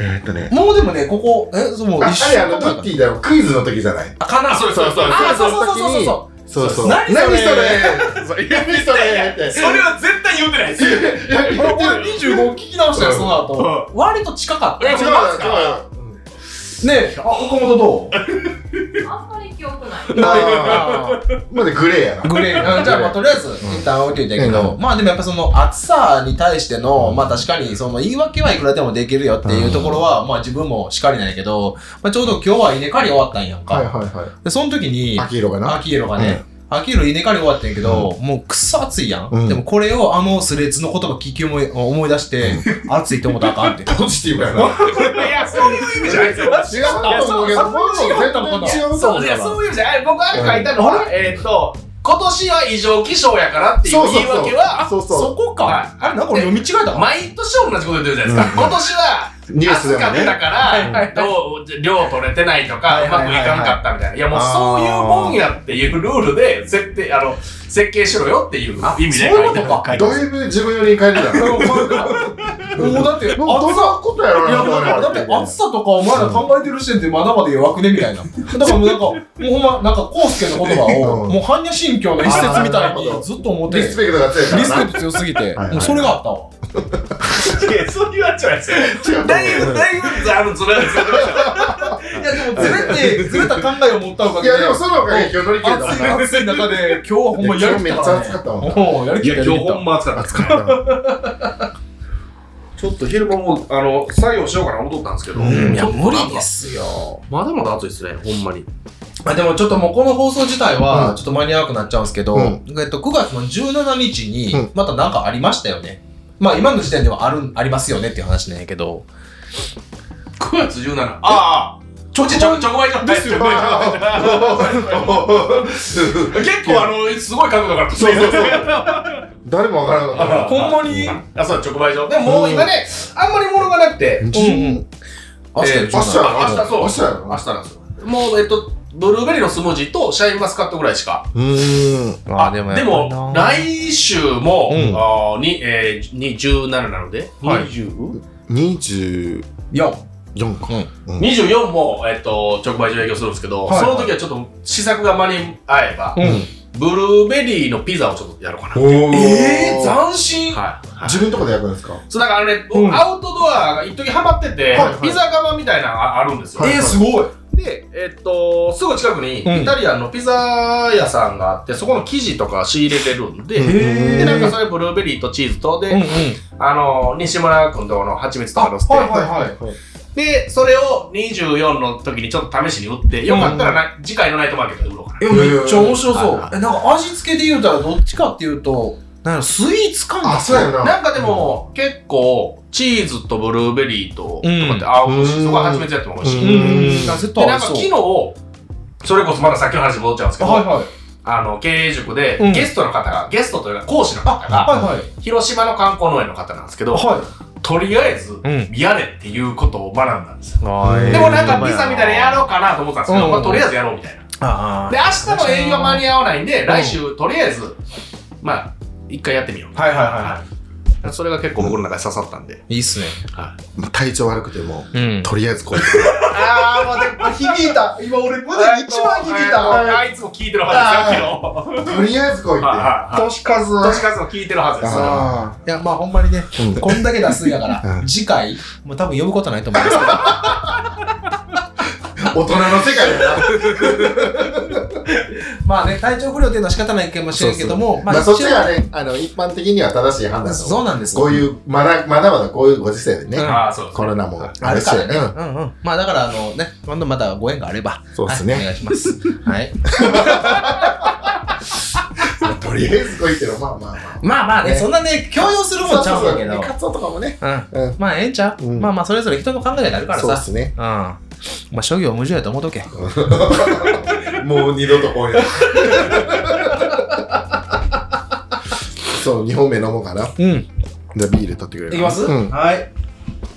S2: えーっとね。
S1: もうでもね、ここ、え、そうもう
S2: あ
S1: 一
S2: あれ、
S1: 瞬
S2: あの、トッティだろ、クイズの時じゃない。
S3: あかな、そうそうそう。
S1: あ、そうそうそうそうそ
S2: そうそう。
S1: 何それ
S2: 何それ何それって。
S3: それは絶対言うてないです。
S1: う。俺、25聞き直したよ、その後。割と近かった。
S2: 違う違う
S1: ねえ、あ、岡本どう
S7: あんまり記憶ない。
S2: あーまだグレーやな。
S1: グレー。うんじゃあ、まあ、とりあえず、一旦置いといたけど、まあでもやっぱその暑さに対しての、まあ確かに、その言い訳はいくらでもできるよっていうところは、まあ自分もしかりないけど、まあちょうど今日は稲刈り終わったんやん
S2: はいは
S1: か。
S2: いは
S1: で、その時に
S2: い。、秋色かな。
S1: 秋色がね、秋色稲刈り終わってんけど、もうくそ暑いやん,、
S2: うん
S1: でもこれをあのスレッズの言葉聞き思い思い出して、暑いって思ったらあかんって。
S2: ポジティブやな。
S3: いや、そういう意味じゃないですよ。
S2: 違うと思うけど、もう絶対違うと思
S3: そううい
S2: か
S3: や
S2: ら。
S3: そういう意味じゃない僕あれ書いたのは、えーっと今年は異常気象やからっていう言い訳は
S2: そうそう
S1: そこか、
S3: はい
S1: あれなんか俺読み違えたかな
S3: 毎年同じこと言ってるじゃないですか、今年は
S2: ニュースでも
S3: 暑かっ
S2: ね
S3: た。から、どう量取れてないとか、うまくいかなかったみたいな、いやもうそういうもんやっていうルールで設定あの設計しろよっていう意味で書いてる書いてる
S2: だいぶ自分よりに帰るじゃん。もう
S1: もうだって、暑
S2: どんな
S1: さ、
S2: ことやろ
S1: いやだからだ
S2: な
S1: って暑さとかお前ら考えてる時点でまだまだ弱くねみたいな。だからもうなんか、もうほんま、なんか康介の言葉を、
S2: うん
S1: もう般若心経の一節みたいにずっと思って、
S2: リ
S1: リ
S2: ス
S1: スペ
S2: ペクトが強いからな。
S1: クト強すぎて、
S2: はい
S1: もうそれがあったわ。
S3: いやそういうあっちゃないですよ
S2: 違うと
S3: だい
S2: 思
S3: ぶ
S2: う
S3: だいぶあのずれずれ
S1: いやでもずれて、ずれた考えを持ったおか
S2: い
S1: げで。
S2: や、でもそのおかげで今日乗り切れた
S1: 暑い暑い中で、今日はほんまやりきったからね。
S2: めっちゃ暑かったもん
S1: もうやりきった。やりきった
S3: ま暑かった
S2: 暑かったな。
S3: ちょっと昼間もあの作業しようかな思っとったんですけど、
S1: い
S3: ち
S1: や、
S3: ょっと
S1: 無理ですよ。
S3: まだまだ暑いですねほんまに
S1: あでもちょっともうこの放送自体
S2: う
S1: は
S2: ん
S1: ちょっと間に合わなくなっちゃうんですけど、
S2: うん
S1: えっと、9月の17日
S2: う
S1: に
S2: ん
S1: またなんかありましたよね。まあ今の時点ではあるありますよねっていう話なんやけど。
S3: 9月17ああちょちょちょちょごめんちょですよ
S2: まあ
S3: 結構あのすごい角度から
S2: そうそうそう。 誰もわからなかった。
S1: ほんまに
S3: あそう直売所でももう今ねあんまり物がなくて
S1: うんうん。あ、そう
S3: えー
S2: 明日やろ
S3: 明日そう
S2: 明日やろ
S3: 明日なんですよもうえっとブルーベリーのスムージーとシャインマスカットぐらいしか
S2: うーん。
S1: まあでもや
S3: で
S1: っぱりな
S3: も来週も、
S2: うん
S3: あーにえー、に17なので、
S1: はい
S3: 20
S2: 24
S1: 4。
S2: か。
S3: 24も、えっと直売所営業するんですけど、
S1: はい
S3: その時はちょっと試作が間に合えば、
S1: うん。
S3: ブルーベリーのピザをちょっとやろうかな。
S2: おー
S1: えー、斬新
S3: はい。はい、
S2: 自分とこで焼くんですか
S3: そうだからね、
S1: うん
S3: アウトドアが一時ハマってて、
S2: はいはい
S3: ピザ窯みたいなのがあるんですよ。
S2: はい
S1: えー、すごい
S3: で、えっと、すぐ近くに
S1: うん
S3: イタリアンのピザ屋さんがあって、そこの生地とか仕入れれるんで、
S1: へー
S3: で、なんかそれブルーベリーとチーズと、で、
S1: うんうん。
S3: あの、西村君とこの蜂蜜とかのせて、
S1: あはいはい
S2: はい。
S3: で、それを24の時にちょっと試しに売って、よかったらな、次回のナイトマーケットで売ろうかな。
S1: え、めっちゃ面白そう
S3: は。
S1: え、なんか味付けで言うたらどっちかっていうと、なんやろスイーツ感が
S2: あ、そうやな。
S3: なんかでも、結構、チーズとブルーベリーと、
S1: うん
S3: とかって合う
S2: う
S3: し、
S2: ん
S3: そこは初めてやっても美味し
S1: う
S3: い。
S1: ん
S3: で、
S1: うんうん。セット合
S3: なん
S1: いそ
S3: か
S1: う。
S3: 昨日、それこそまだ先の話に戻っちゃうんですけ
S1: はい
S3: ど、
S1: はい。
S3: あの、経営塾で
S1: うん、
S3: ゲストの方が、ゲストというか講師の
S1: あ、
S3: 方が、
S1: はいはい。
S3: 広島の観光農園の方なんですけど、
S1: はい。
S3: とりあえず
S1: ん、
S3: やれっていうことを学んだんですよ。
S2: ー
S3: でもなんかピザみたいなのやろうかなと思ったんですけ
S1: う
S3: ど、
S1: ん
S3: まあとりあえずやろうみたいな。
S1: あ
S3: で、明日の営業間に合わないんで、来週とりあえず、まあ、一回やってみよう。
S1: はいはい
S3: はそれが結構僕の中で刺さったんで。
S1: い。いいっすね。
S2: 体調悪くても、
S1: うん。
S2: とりあえずこう。
S1: あー、まあ、でも響いた。今俺、胸に一番響い
S3: あ
S1: た。
S3: あいつも聞いてるはずですよ、昨日。
S2: とりあえずこう言
S3: はい
S2: って。
S3: はいはい
S2: 年数は
S3: 年数も聞いてるはずです。
S2: あ
S1: いや、まあほんまにね、
S2: ー
S1: こんだけ出すんやか
S2: う
S1: ら、
S2: ん
S1: 次回、もう多分呼ぶことないと思うんですけど。
S2: 大人の世界だな。
S1: まあね、体調不良っていうのは仕方ないかもしれんけども、
S2: まあそっち
S1: 一応
S2: がね、あの、一般的には正しい判断だと思う
S1: そうなんですよ
S2: こういう、まだまだまだこういうご時世でね、
S3: ああ、そうです
S2: コロナも
S1: あ
S2: ある
S1: る
S2: し、
S1: からね。
S2: う
S1: うんうん。まあだから、あのね、今度またご縁があれば、
S2: んそうですね
S1: はいお。願いします。 はい。
S2: とりあえずこう言っての、まあまあまあ。
S1: まあまあね、
S2: ね
S1: そんなね、強要するもんちゃうんやけど。
S2: そうそうそうカツオとかもね。
S1: うん。
S2: うん。
S1: まあええんちゃう
S2: うん
S1: まあまあ、それぞれ人の考えがあるから
S2: そうで
S1: さ。
S2: すね。
S1: うん。まあ、諸行無常やと思うとけ。
S2: もう二度とこ うや。そう、二本目飲もうかな。
S1: うん。
S2: じゃあビール取ってくれる
S1: いきます、
S2: うん、
S1: はい。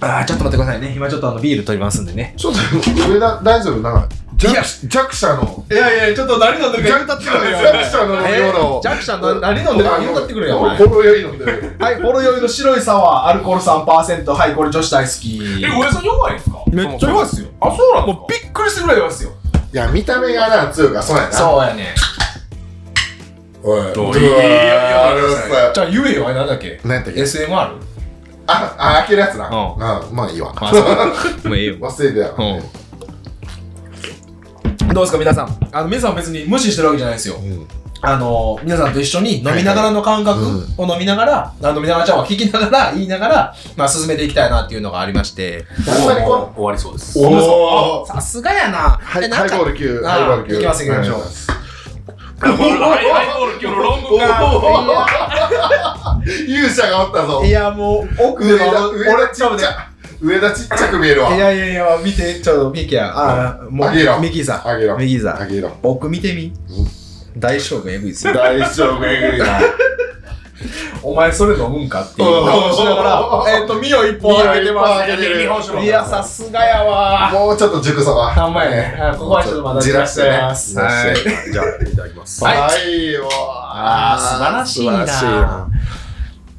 S1: あーちょっと待ってくださいね。今ちょっとあのビール取りますんでね。
S2: ちょっと上田大丈夫なんか弱弱者の
S1: いやいや、ちょっと何飲んで
S2: 弱弱者の
S1: え
S2: 飲み物
S1: ー、
S2: を
S1: ジャクシャンの何飲んでるか言うたってくれよ。お前
S2: ほろ酔い飲んでる
S1: はい、ほろ酔いの白いサワー、アルコール3%。はい、これ女子大好き。
S3: え、おやさん弱いんですか
S1: めっちゃ弱いっすよ。
S3: あ、そうな
S1: もうびっくりするぐらい弱いっすよ。
S2: いや見た目がなつうかそうやな
S1: そうやね。
S2: おい
S3: どう
S2: う
S3: いい
S2: わ
S3: や
S2: あれさ
S1: じゃあ言えよ、あれなんだっけ
S2: 何やったっけ
S1: ?SMR?
S2: ああ開けるやつ
S1: う
S2: なうんんまあいいわ
S1: あ、そう。もうええよ。
S2: 忘れてたよ
S1: うん、 どうですか皆さんあの皆さんは別に無視してるわけじゃないですよ、
S2: ん
S1: あの皆さんと一緒に飲みながらの感覚を飲みながら、あ飲みながらちゃんは聞きながら言いながら、まあ、進めていきたいなっていうのがありまして
S2: あんまりこ
S3: 終わりそうです。
S2: うおお
S1: さすがやな,、
S2: ハ
S1: え
S2: イ
S1: な
S2: ハ
S1: ん
S2: イ
S1: か
S2: ボール級
S1: あ
S2: ハイボール級
S1: いきますいきましょう
S3: ハイボール今日のロングか。
S2: 勇者がおったぞ
S1: いやもう奥
S2: 上
S1: の
S2: 田上
S1: 俺
S2: 田ちっちゃ上田ちっちゃく見えるわ
S1: いやいやいや見てちょっとミキやあも
S2: あげろ
S1: うミキさ
S2: あげろ
S1: んミキさ
S2: あ
S1: ん
S2: げろ
S1: 奥見てみ大将軍エグいっすよ
S2: 大将巡りな
S1: お前それ飲むんかっていう顔しながら えっ、とミオ一本あげてます
S2: 開けてる
S3: 日本酒の。
S1: いや、さすがやわ
S2: もうちょっと熟さは
S1: あんまやねあここはちょっとまだ
S2: じらしてね
S1: じらしてます
S2: はいじゃあいただきます
S1: はい
S2: はいよ
S1: あー素晴らしいな
S2: 素晴ら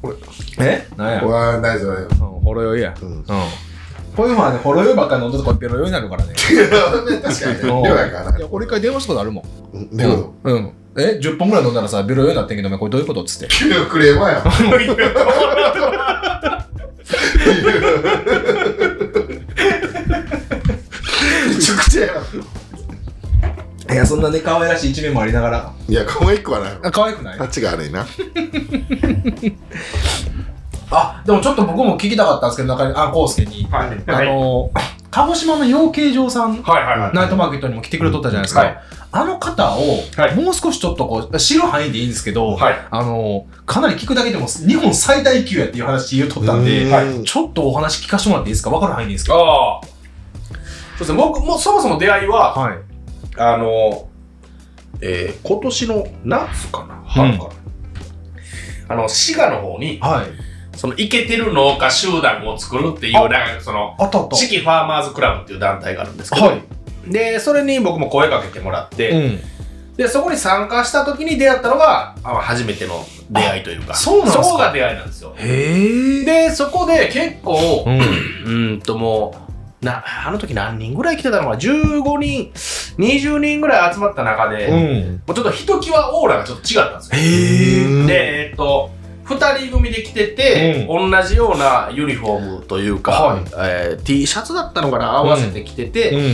S1: ー。えなん
S2: しいなうわー大丈夫だよ
S1: ほろ酔いや。
S2: うん
S1: うん。こういうのはね、ほろ酔いばっかり飲んでるとこベロ酔いになるから ね。
S2: 確かに量やから
S1: い
S2: な
S1: や、俺一回電話したことあるもん。
S2: うんでも
S1: うん。え、10本ぐらい飲んだらさ、ベロ酔いになってんけど、お前これどういうことっつって。
S2: 急クレーマーやんめちゃくちゃや
S1: いや、そんなね、可愛らしい一面もありながら。
S2: いや可愛くはない
S1: あ、可愛くない
S2: タッチが悪いな
S1: あ、でもちょっと僕も聞きたかったんですけど、中に、あ、コウスケに。
S3: はい。
S1: あのー、鹿児島の養鶏場さん。
S3: はいはいはい。
S1: ナイトマーケットにも来てくれとったじゃないですか、
S3: はい
S1: あの方を、
S3: はい
S1: もう少しちょっとこう知る範囲でいいんですけど、
S3: はい
S1: あのかなり聞くだけでも日本最大級やっていう話言うとったんで、
S2: うん
S1: はいちょっとお話聞かせてもらっていいですか分かる範囲でいいですか
S3: ああ。そうですね、僕もそもそも出会いは、
S1: はい
S3: あの、えー、今年の夏かな春かな、あの、滋賀の方に、
S1: はい
S3: その、イケてる農家集団を作るっていう、なんかその、
S1: あったあった
S3: 四季ファーマーズクラブっていう団体があるんですけど、
S1: はい
S3: で、それに僕も声かけてもらって、
S1: うん、
S3: で、そこに参加した時に出会ったのが、あ初めての出会いというか、
S1: あそうなんですか
S3: そこが出会いなんですよ。
S1: へえ
S3: で、そこで結構、
S1: ん
S3: うーんともうなあの時何人ぐらい来てたのかな15人20人ぐらい集まった中で、も
S1: ん
S3: うちょっとひときわオーラがちょっと違ったんですよ
S1: へえ
S3: でえっと2人組で来てて、同じようなユニフォームというか、
S1: はい
S3: えー T シャツだったのかな合わせて着てて、
S1: ん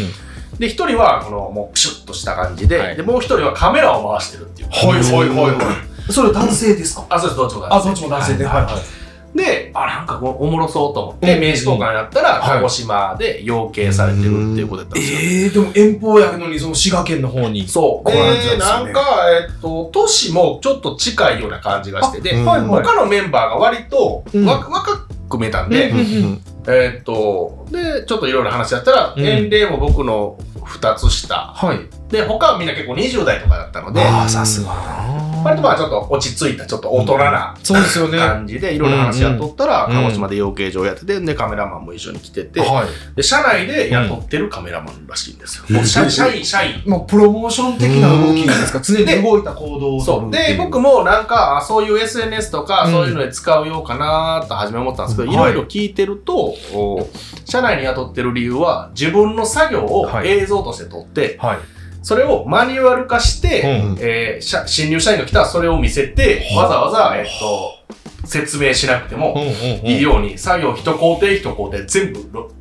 S3: で1人はこのもうピシュッとした感じで,、
S1: はい
S3: でもう1人はカメラを回してるっていう
S1: はいはいはいはいそれ男性ですか
S3: あそうですどっちも男性
S1: あそっちも男性ではいはい
S3: で、あ、なんかこうおもろそうと思って、
S1: うん
S3: 名刺交換になったら、
S1: はい
S3: 鹿児島で養鶏されてるっていうことだったんですよ。
S1: えー、でも遠方やけどにその滋賀県の方に
S3: そう。
S1: こうなんですよ
S3: で、
S1: ね
S3: なんか、えっと、都市もちょっと近いような感じがして
S2: あ
S3: て、
S2: はいはい
S3: 他のメンバーが割と
S1: うん
S3: わ若く見えたんで、
S1: うんうん
S3: えっと、で、ちょっといろいろ話し合ったら、
S1: うん
S3: 年齢も僕の2つ下。
S1: はい
S3: で、他はみんな結構20代とかだったので、
S1: ああさすがだな
S3: 割とまあちょっと落ち着いた、ちょっと大人な
S1: そうですよねは
S3: 感じで、いろいろ話し合っとったら、
S1: うんうん
S3: 鹿児島で養鶏場やってて、で、カメラマンも一緒に来てて、
S1: い
S3: で、社内で雇ってるカメラマンらしいんですよ。もう社社員、社員。
S1: まあ、プロモーション的な動きなんですか常に
S3: で
S1: 動いた行動を
S3: そう。で、僕
S1: も
S3: もなんか、あそういう SNS とか、
S1: うん
S3: そういうので使うようかなと初め思ったんですけど、
S1: はい
S3: いろいろ聞いてると、お社内に雇ってる理由は、自分の作業を
S1: はい
S3: 映像として撮って、
S1: はい
S3: それをマニュアル化して、
S2: うん
S3: えー社新入社員が来たらそれを見せて、わざわざ、えっと、説明しなくてもいいように、作業一工程一工程全部ろ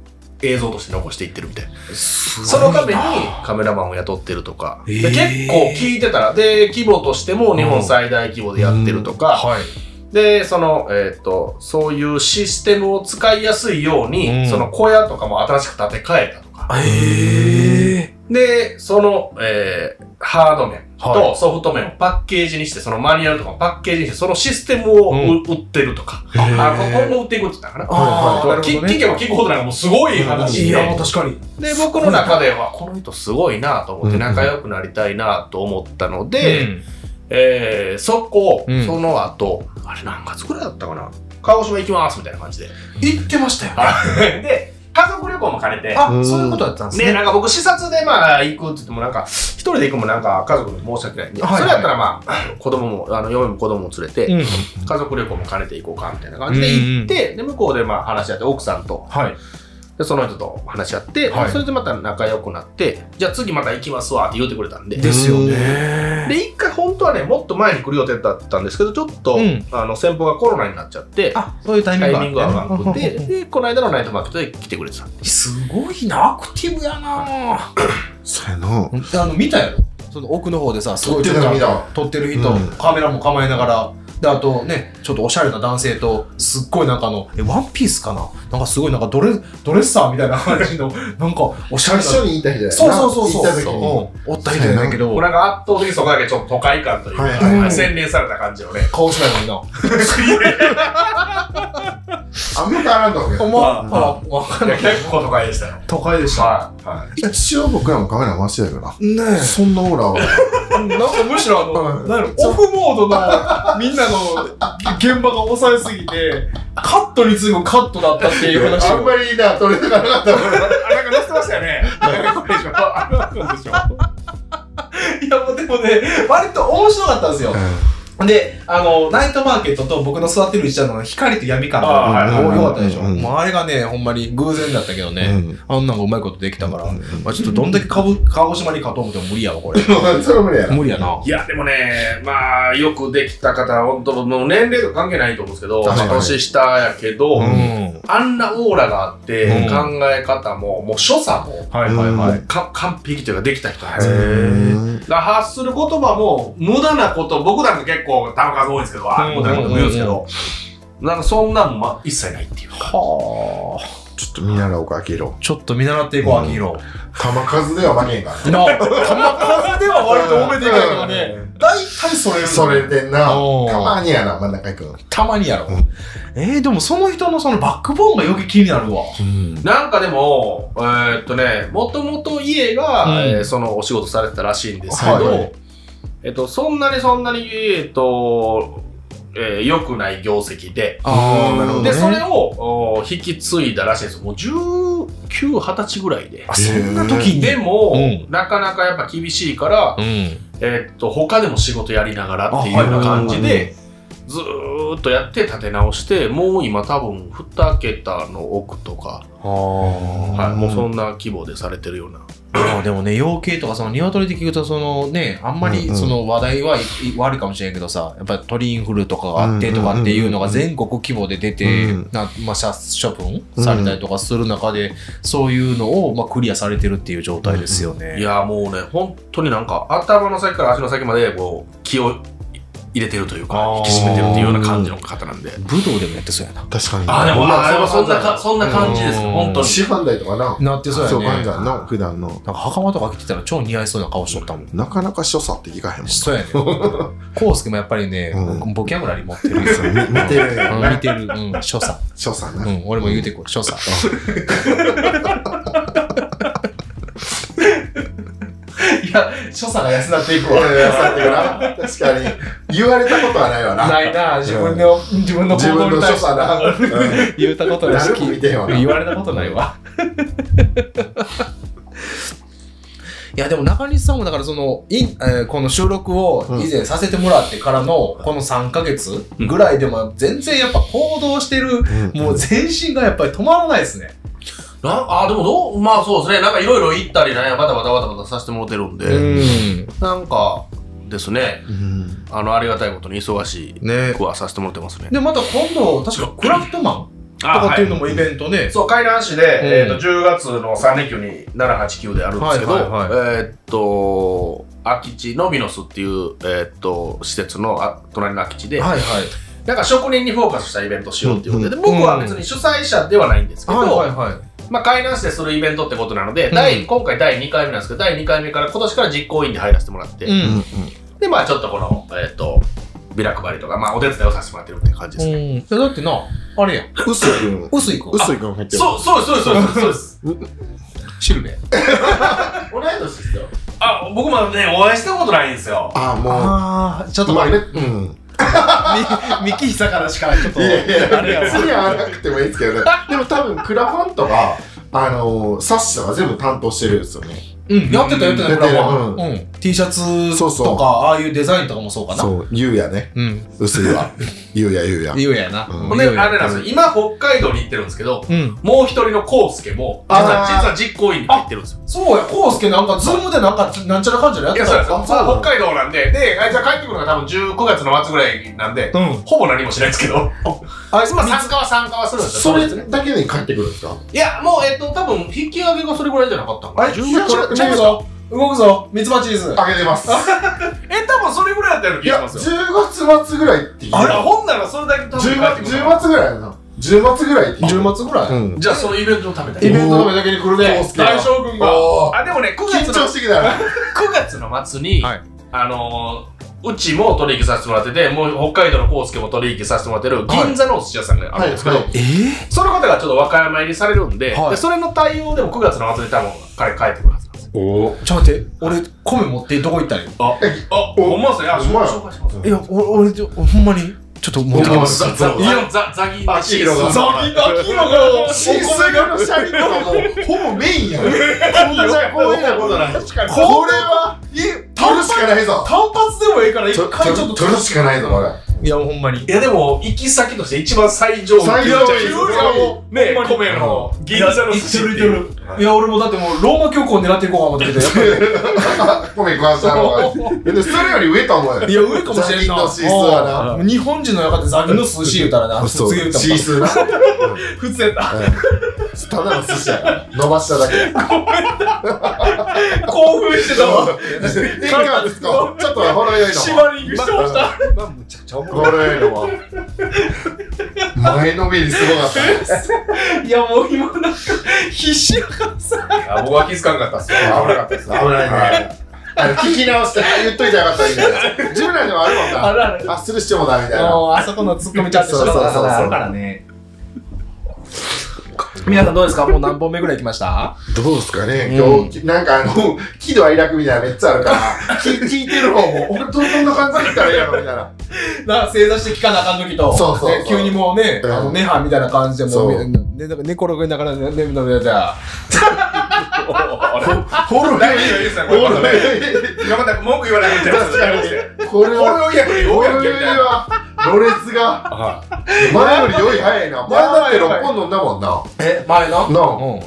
S3: 映像として残していってるみたいな。そのためにカメラマンを雇ってるとか、で
S1: えー
S3: 結構聞いてたら、で、規模としても日本最大規模でやってるとか、
S1: はい
S3: で、その、えーっと、そういうシステムを使いやすいように、
S1: うん
S3: その小屋とかも新しく建て替えたとか、
S1: へえ
S3: で、その、えーハード面
S1: は
S3: とソフト面をパッケージにして、そのマニュアルとかをパッケージにして、そのシステムをう、
S1: うん
S3: 売ってるとか、あ、今後売っていくって言ったかな。
S1: あー
S3: はい
S1: なるほ
S3: 聞
S1: どね
S3: 聞けば聞くほどなんかもうすごい
S1: い
S3: 話で、
S1: やもう確かに
S3: で、僕の中では、この人すごいなと思って、仲良くなりたいなと思ったので、えーそこ、
S1: うん
S3: その後、あれ何月くらいだったかな鹿児島行きますみたいな感じで。
S1: 行ってましたよ。
S3: で、家族旅行も兼ねて、
S1: あ、そういうことだったんです
S3: ね、
S1: ね。
S3: なんか僕、視察でまあ行くって言っても、なんか、一人で行くもなんか、家族に申し訳ないんで、
S1: はいはい
S3: それやったらまあ、子供も、あの、嫁も子供も連れて、
S1: うん
S3: 家族旅行も兼ねて行こうか、みたいな感じで行って、で、向こうでまあ話し合って、奥さんと、
S1: はい。
S3: でその人と話し合って、
S1: はい
S3: それでまた仲良くなって、じゃあ次また行きますわって言ってくれたんで、で、
S1: ですよね。
S3: 一回本当はね、もっと前に来る予定だったんですけど、ちょっと、
S1: うん
S3: あの、先方がコロナになっちゃって、
S1: あ、そういうタイミ
S3: タ
S1: ング
S3: イ
S1: が
S3: ミングが合わなくて、
S1: うん
S3: で、この間のナイトマーケットで来てくれてた。
S1: すごいな、アクティブやな。
S2: それの。
S1: あの見たやろその奥の方でさすごい
S2: 撮ってるの見た
S1: 撮ってる人、
S2: うん
S1: カメラも構えながらであとねちょっとおしゃれな男性とすっごいなんかあのえワンピースかななんかすごいなんかドレドレッサーみたいな感じの なんかおしゃれな
S2: 最初
S1: そう
S2: に言いた人じゃない
S1: そうそうそう
S2: 行った時
S1: うん
S2: に。
S1: おった人やないけど
S4: これが圧倒的にそこだけちょっと都会感というか、
S2: はいはい
S1: はい
S4: 洗練された感じをね。
S1: 顔しないのに
S2: あんま変わらんと思う
S1: な
S2: け
S1: お
S2: ど。
S1: 前あわかんない
S4: 結構都会でしたよ。
S1: 都会でした
S4: はい。はい。
S2: 一応僕らもカメラ回してたけどな。
S1: ね
S2: そんなオーラは。
S1: えなんかむしろあの
S2: うん
S1: なんやろオフモードのみんなの現場が抑えすぎてカットに次ぐカットだったっていう話
S2: あんまりな、撮れて なかったもんな。
S4: あ、なんか載せてましたよね。 なんかこれでしょ。あれなんでしょ。
S1: いや、もうでもね、割と面白かったんですよ。で、あの、ナイトマーケットと僕の座ってる位置なの光と闇感
S4: あ
S1: が
S4: ー
S1: 多
S2: はい
S1: かったでしょ。
S2: うん
S1: もうあれがね、ほんまに偶然だったけどね、あんなんがうまいことできたから、
S2: うん
S1: まあちょっとどんだけかぶ鹿児島に勝とう思っても無理やわ、これ。
S2: うん。それ無理やな。
S1: 無理やな。
S3: いや、でもね、まあ、よくできた方、本当もう年齢とか関係ないと思うんですけど、
S2: 確かに
S3: まあ年下やけど、
S2: うん
S3: あんなオーラがあって、
S1: うん
S3: 考え方も、もう所作も、
S1: はい。
S2: はいはい
S3: か完璧というかできた人なんですよ
S2: へ
S3: だから発する言葉も、無駄なこと、僕なんか結構、球数多いんですけど、あ
S1: うん
S3: 無駄なことも言うんですけど、なんかそんなんもま一切ないっていうか。
S1: はあ。
S2: ちょっと見習おうか、秋色。
S1: ちょっと見習っていこう、
S2: うん
S1: 秋広。
S2: 玉数では負けんから。
S1: なあ、球数では割と褒めていかないからね、
S2: うん。
S1: 大体それる
S2: それでな、
S1: おー
S2: たまにやな、真ん中行く
S1: たまにやろ。
S2: うん
S1: えー、でもその人のそのバックボーンが余計気になるわ。
S2: うん。
S3: なんかでも、えーっとね、もともと家が、
S1: うん
S3: えーそのお仕事されてたらしいんですけど、
S2: はい
S3: えっと、そんなにそんなに、えっと、えー良くない業績で、
S2: あーなるほどね
S3: で、それをお引き継いだらしいんですよ。もう19、20歳ぐらいで。
S1: あそんな時に。
S3: でも、
S1: うん
S3: なかなかやっぱ厳しいから、
S1: うん。
S3: えっと、他でも仕事やりながらっていうような感じで、ずーっとやって立て直して、もう今多分2桁の奥とか、
S1: は
S3: はい、もうそんな規模でされてるような。
S1: い、でもね養鶏とかその鶏で聞くとそのねあんま
S2: うんう
S1: り
S2: ん
S1: その話題はいい悪いかもしれんけどさやっぱり鳥インフルとかがあってとかっていうのが
S2: うんうん
S1: 全国規模で出て、
S2: うん
S1: なまあ、殺処分されたりとかする中で、そういうのを、まあ、クリアされてるっていう状態ですよね。
S3: いやもうね、本当になんか頭の先から足の先までこう気を入れてるというか、
S1: あー
S3: 引き締めてるっていうような感じの方なんで。
S1: 武道でもやってそうやな。
S2: 確かに。
S3: あーでもまあ、
S2: ま
S3: やっぱそんな
S2: 感
S3: かそんな感じです
S1: う
S3: よ、
S1: ん
S3: 本当に。
S2: じ。師範代とかな。
S1: なってそうや
S2: そう、
S1: ね。
S2: ガン
S1: な
S2: ガンの、普段の。
S1: んか袴とか着てたら超似合いそうな顔しとったもん。
S2: なかなか所作って聞かへんもんな。
S1: そうやね。コウスケもやっぱりね、
S2: う
S1: ボキャブラリー持ってる。
S2: そうみ見てる
S1: うん見てる。うん、所作。
S2: 所作
S1: う
S2: な。
S1: ん、俺も言うてこう、所作。 いや、所作が安なっていく
S2: 俺がやってるな。確かに。言われたことはないわな。
S1: ないな、自分の、自分の
S2: 自
S1: 行動
S2: 分
S1: に
S2: の
S1: 対
S2: 所
S1: して
S2: 作な。うん
S1: 言うたことないし、
S2: 誰も見てへんわな
S1: 言われたことないわ。 いやでも中西さんもだからそのい、えーこの収録を以前させてもらってからのこの3ヶ月ぐらいでも全然やっぱ行動してる、
S2: うん
S1: もう全身がやっぱり止まらないですね。
S3: なあー、でもどう、まあそうですね、なんかいろいろ行ったりね、バタバタバタバタさせてもらってるんで、
S1: うん。
S3: なんかですね、
S2: うん
S3: あの、ありがたいことに忙し
S1: ね
S3: くはさせてもらってますね。
S1: でまた今度確かクラフトマンとかっていうのもイベントね、
S3: そう、海南市で、えー、と10月の3連休に7、8、9であるんですけど、
S1: はいはい
S3: えーっと、空き地ノビノスっていう、えーっと施設のあ隣の空き地で、
S1: はいはい
S3: なんか職人にフォーカスしたイベントしようっていうことで、
S1: ん
S3: で僕は別に主催者ではないんですけど、
S1: はいはいはい
S3: まあ、海南市でするイベントってことなので、
S1: ん
S3: 第今回第2回目なんですけど、第2回目から今年から実行委員に入らせてもらって、
S1: う
S2: うん
S1: ん
S3: で、まあちょっとこの、えーっと、ビラ配りとか、まあお手伝いをさせてもらってるっていう感じですね。
S1: うんいやだってなあれやん
S2: 薄い君。
S1: 薄井君
S2: 薄い君入ってる。
S3: そう、そうです、そうです、そうです。
S1: シルベ
S3: 同い年ですよ。あ、僕もね、お会いしたことないんですよ。
S2: ああ、もう。
S1: ああちょっと
S2: まあ
S1: 待
S2: ね、
S1: って
S2: うん。
S1: み幹久からしかちょっと
S2: いやいや、
S1: あれやわ
S2: 別に会わなくてもいいですけどね。でも多分、クラファンとか、あのー、サッシとか全部担当してるんですよね。
S1: うんやってたやってた
S2: や
S1: よプラ
S2: ってる
S1: ファンうん T シャツ
S2: そうそう
S1: とかああいうデザインとかもそうかな
S2: そう、ゆうやね。
S1: うん
S2: 薄いわ。ゆうや、ゆうや。
S1: 言うやな
S2: うん
S3: ほんで、あれなんですよ。今、北海道に行ってるんですけど、
S1: うん
S3: もう一人のコウスケも、実
S2: あー
S3: は、実は実行委員に入ってるんですよ。
S1: そうやコウスケなんかズームでなんかなんちゃらかんちゃらやっ
S3: い
S1: てた
S3: や、そう
S1: よ
S3: ですよ。北海道なんで、で、あいつが帰ってくるのが多分19月の末ぐらいなんで、
S1: うん
S3: ほぼ何もしないですけど、
S1: あいつ
S3: まあ、
S1: 三つ
S3: 参加は参加はするんですよ。
S2: それ
S3: 当日ね
S2: だけに帰ってくるんですか
S3: いや、もう、えっと、多分、引き上げがそれぐらいじゃなかったのか
S1: あ
S3: な。
S1: れ
S3: 10
S1: チェックチェックぞ動くぞミツバチです
S2: あげてます。
S3: え、多分それぐらいだったような気
S2: い
S3: がし
S2: や、
S3: ますよ。
S2: 10月末ぐらいって言う
S3: あら、ほんならそれだけ多分帰って
S2: 10
S3: く
S2: 月
S3: るの
S2: 10月ぐらいだな。10月ぐらいって言う
S1: 10末ぐらい
S2: うん。
S3: じゃあ、そのイベントのためだ
S1: イ
S3: け。
S1: ベントの目だけに来るね
S2: コウスケは
S3: 大将軍
S2: おー
S3: が。あ、でもね、9
S2: 緊
S3: 月の
S2: 張してきたな。
S3: 9月の末に、
S1: はい
S3: あのーうちも取引させてもらってて、もう北海道のコウスケも取引させてもらってる
S1: はい
S3: 銀座のお寿司屋さんがあるんですけど、
S2: はいは
S1: え
S3: その方がちょっと和歌山入りされるんで,、
S1: はい
S3: で、それの対応でも9月の末に多分彼帰ってくるはずなんですよ。
S1: ちょっと待って俺米持ってどこ行ったらいい
S3: あ、あ、
S2: お
S3: おまっすね。あ、
S2: ほんまや
S3: 紹介します。
S1: いや、お俺ちょ、ほんまに、ちょっと持ってきます。
S3: ザ、ザ、ザ、ザ、ザギー
S2: あ
S3: の
S2: ヒーローが
S3: ザギーのヒーローが
S2: 新水のシャリとかもほぼメインやん。こんなじゃ光栄なことない。これは取るしかないぞ。
S1: 単発でもええから、一
S2: 取
S1: 回ちょっと。
S2: る取るしかないぞ、これ。
S1: いや、ほんまに。
S3: いやでも、行き先として一番最上位。
S2: 最上位
S3: 急にもうね、
S1: ほんまに
S3: 米の銀座の寿司って
S1: いや
S3: い。
S1: いういや、俺もだってもう、ローマ教皇狙っていこうか思ってたけど、やっ
S2: ごめん、食わしたの が。で、それより上と思う
S1: ぱ
S2: よ。
S1: り。いや、上かもしれんな。
S2: ザギンのシースは
S1: うん日本人の中でザギンの寿司言うたらな、
S2: そう、
S1: 次言うた
S2: シー
S1: ら。
S2: スな。うん
S3: 普通やった。
S2: ただの寿司やから伸ばしただけ。
S3: 興 奮してたわ。
S2: いかがですかちょっとほろ酔いのも。
S3: 縛りにしてました。
S1: まあむちゃくちゃおもろ
S2: ほろ酔いのも。前のめりすごかったね。
S3: いやもう今なんか必死やからさ僕は気づかなかったっすよ
S2: 危なかったです。危ないね。あの聞き直して言っといたらよかったみたいな。自分らにもあるもんな。
S3: あるある
S2: あ、する必要もないみたい
S1: い。
S2: な。
S1: もう、あそこのツッコミちゃんとして
S2: そうそうそうそう
S1: あるからね。皆さんどうですかもう何本目ぐらい来ました
S2: どうですかね、今日、なんかあの、喜怒哀楽みたいなのめっちゃあ るから、聞聞いてる方も、俺どんな感じだったらいいやろみたいな。
S1: な正座して聞かなあかん時と
S2: そうそうそう
S1: ね急にもうね、
S2: うん
S1: あのネハみたいな感じでもう
S2: そ
S1: ねねなんか寝転げながらね眠のやつや
S2: ほろ
S3: 大丈夫
S2: 酔
S3: で
S2: い。
S3: すよ
S2: ほ
S3: これ
S2: ろ酔い。
S3: 山田君文句言わなくて
S2: 確かに。これは、
S3: 俺を逆に
S2: ほ
S3: 大
S2: ろ
S3: やけ
S2: 酔
S3: み
S2: い
S3: たいな
S2: は、ろれつが、 前より酔い早いな。前だって6本飲んだもんな。
S1: え前の
S2: なあ
S1: うん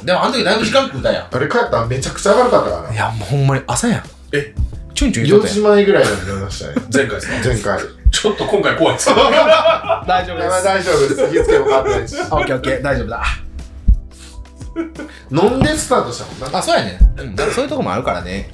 S1: でもあの時だいぶ時間食うたや
S2: あれ帰ったらめちゃくちゃ明るかったから
S1: んい
S2: ね。
S1: やもうほんまに朝やん
S3: え
S1: チュンチュン言
S2: 4
S1: うとった
S2: 時前ぐらいに飲み ましたね。
S3: 前回ですね
S2: 前回。
S3: ちょっと今回怖い っすよ
S1: やん大丈夫です
S2: 大丈夫です。気付けも変 わってないし。
S1: あオッケーオッケー大丈夫だ
S2: 飲んでスタートしたもんな。
S1: あそうやね、うん、そういうとこもあるからね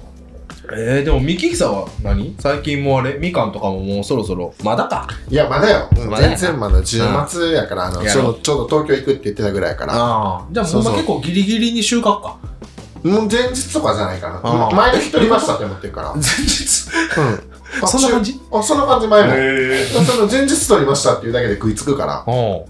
S1: えー、でもミキヒサは何最近もうあれみかんとかももうそろそろまだか
S2: いや、まだよ。うん
S1: まだや
S2: 全
S1: な
S2: 然まだ。10月やから、あの、
S1: や
S2: ち
S1: ろ
S2: ょうどちょうど東京行くって言ってたぐらいやから。
S1: ああじゃあほ
S2: そうんそ
S1: ま
S2: う
S1: 結構ギリギリに収穫 か
S2: もう前日とかじゃないか
S1: あ
S2: な。
S1: ー
S2: 前の日取りましたって思ってるから。うん。
S1: 前日
S2: あ
S1: そんな感じ
S2: あ、そんな感じ前も。
S3: へ
S2: その前日取りましたっていうだけで食いつくから。
S1: お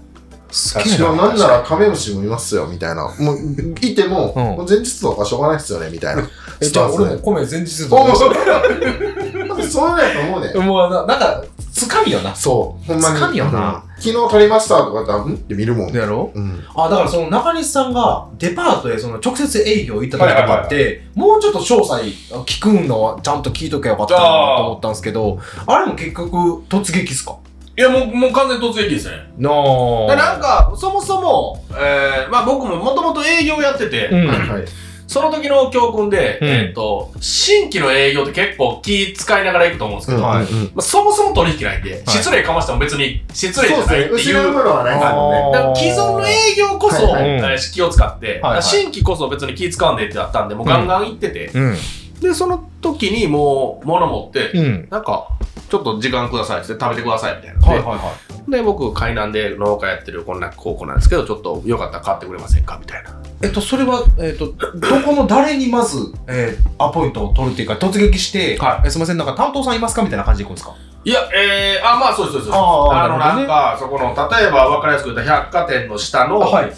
S1: すげえ
S2: いや、
S1: な
S2: なんならカメムシもいますよ、みたいな。もう、いても、
S1: うん
S2: もう前日とかしょうがないっすよね、みたいな。
S1: えじゃあ俺も米前日
S2: お
S1: ど
S2: お
S1: う
S2: そうなんかそういうのやと思うね。
S1: もうななんかつかみよな
S2: そう、ほんまに。
S1: つかみよな
S2: うん。昨日撮りましたとかだったら、んって見るもん。
S1: やろ
S2: うん。
S1: あだからその中西さんがデパートへその直接営業行った時とかって、もうちょっと詳細聞くのはちゃんと聞いとけばよかったなと思ったんですけどあれも結局突撃っすか
S3: いやもうもう完全に突撃ですね
S1: な
S3: でなんかそもそもえーまあ僕ももともと営業やって
S1: う
S3: て
S1: ん
S2: はい。
S3: その時の教訓で
S1: うん
S3: えっと新規の営業って結構気使いながら行くと思うんですけ
S2: うん
S3: どま
S2: うんうん
S3: あそもそも取引ないんで失礼かましても別に失礼じ
S2: そうで
S3: ゃ
S2: す
S3: ない
S2: ね
S3: っ。てい
S2: 失
S3: う
S2: うものはないからね。
S3: だから既存の営業こそ、
S2: はい
S1: はい
S3: えー気を使って、
S1: はいはい
S3: 新規こそ別に気使わんでってだったんで、もうガンガン行ってて、
S1: うん
S3: で、その時にもう物持って、
S1: うん
S3: なんか、ちょっと時間くださいって食べてくださいみたいな。
S1: はいはいは
S3: で、僕、海南で農家やってるこんな高校なんですけど、ちょっとよかったら買ってくれませんかみたいな。
S1: いえっとそれはえっとどこの誰にまず、えーアポイントを取るっていうか突撃して、
S3: は
S1: えすみませんなんか担当さんいますかみたいな感じで行くんですか
S3: いや、えー、あ、まあそうです、そうで
S1: あ
S3: す。
S1: ー
S3: あ
S1: なるほど
S3: の、な
S1: ね
S3: んか、そこの、例えば分かりやすく言った百貨店の下の、
S1: はい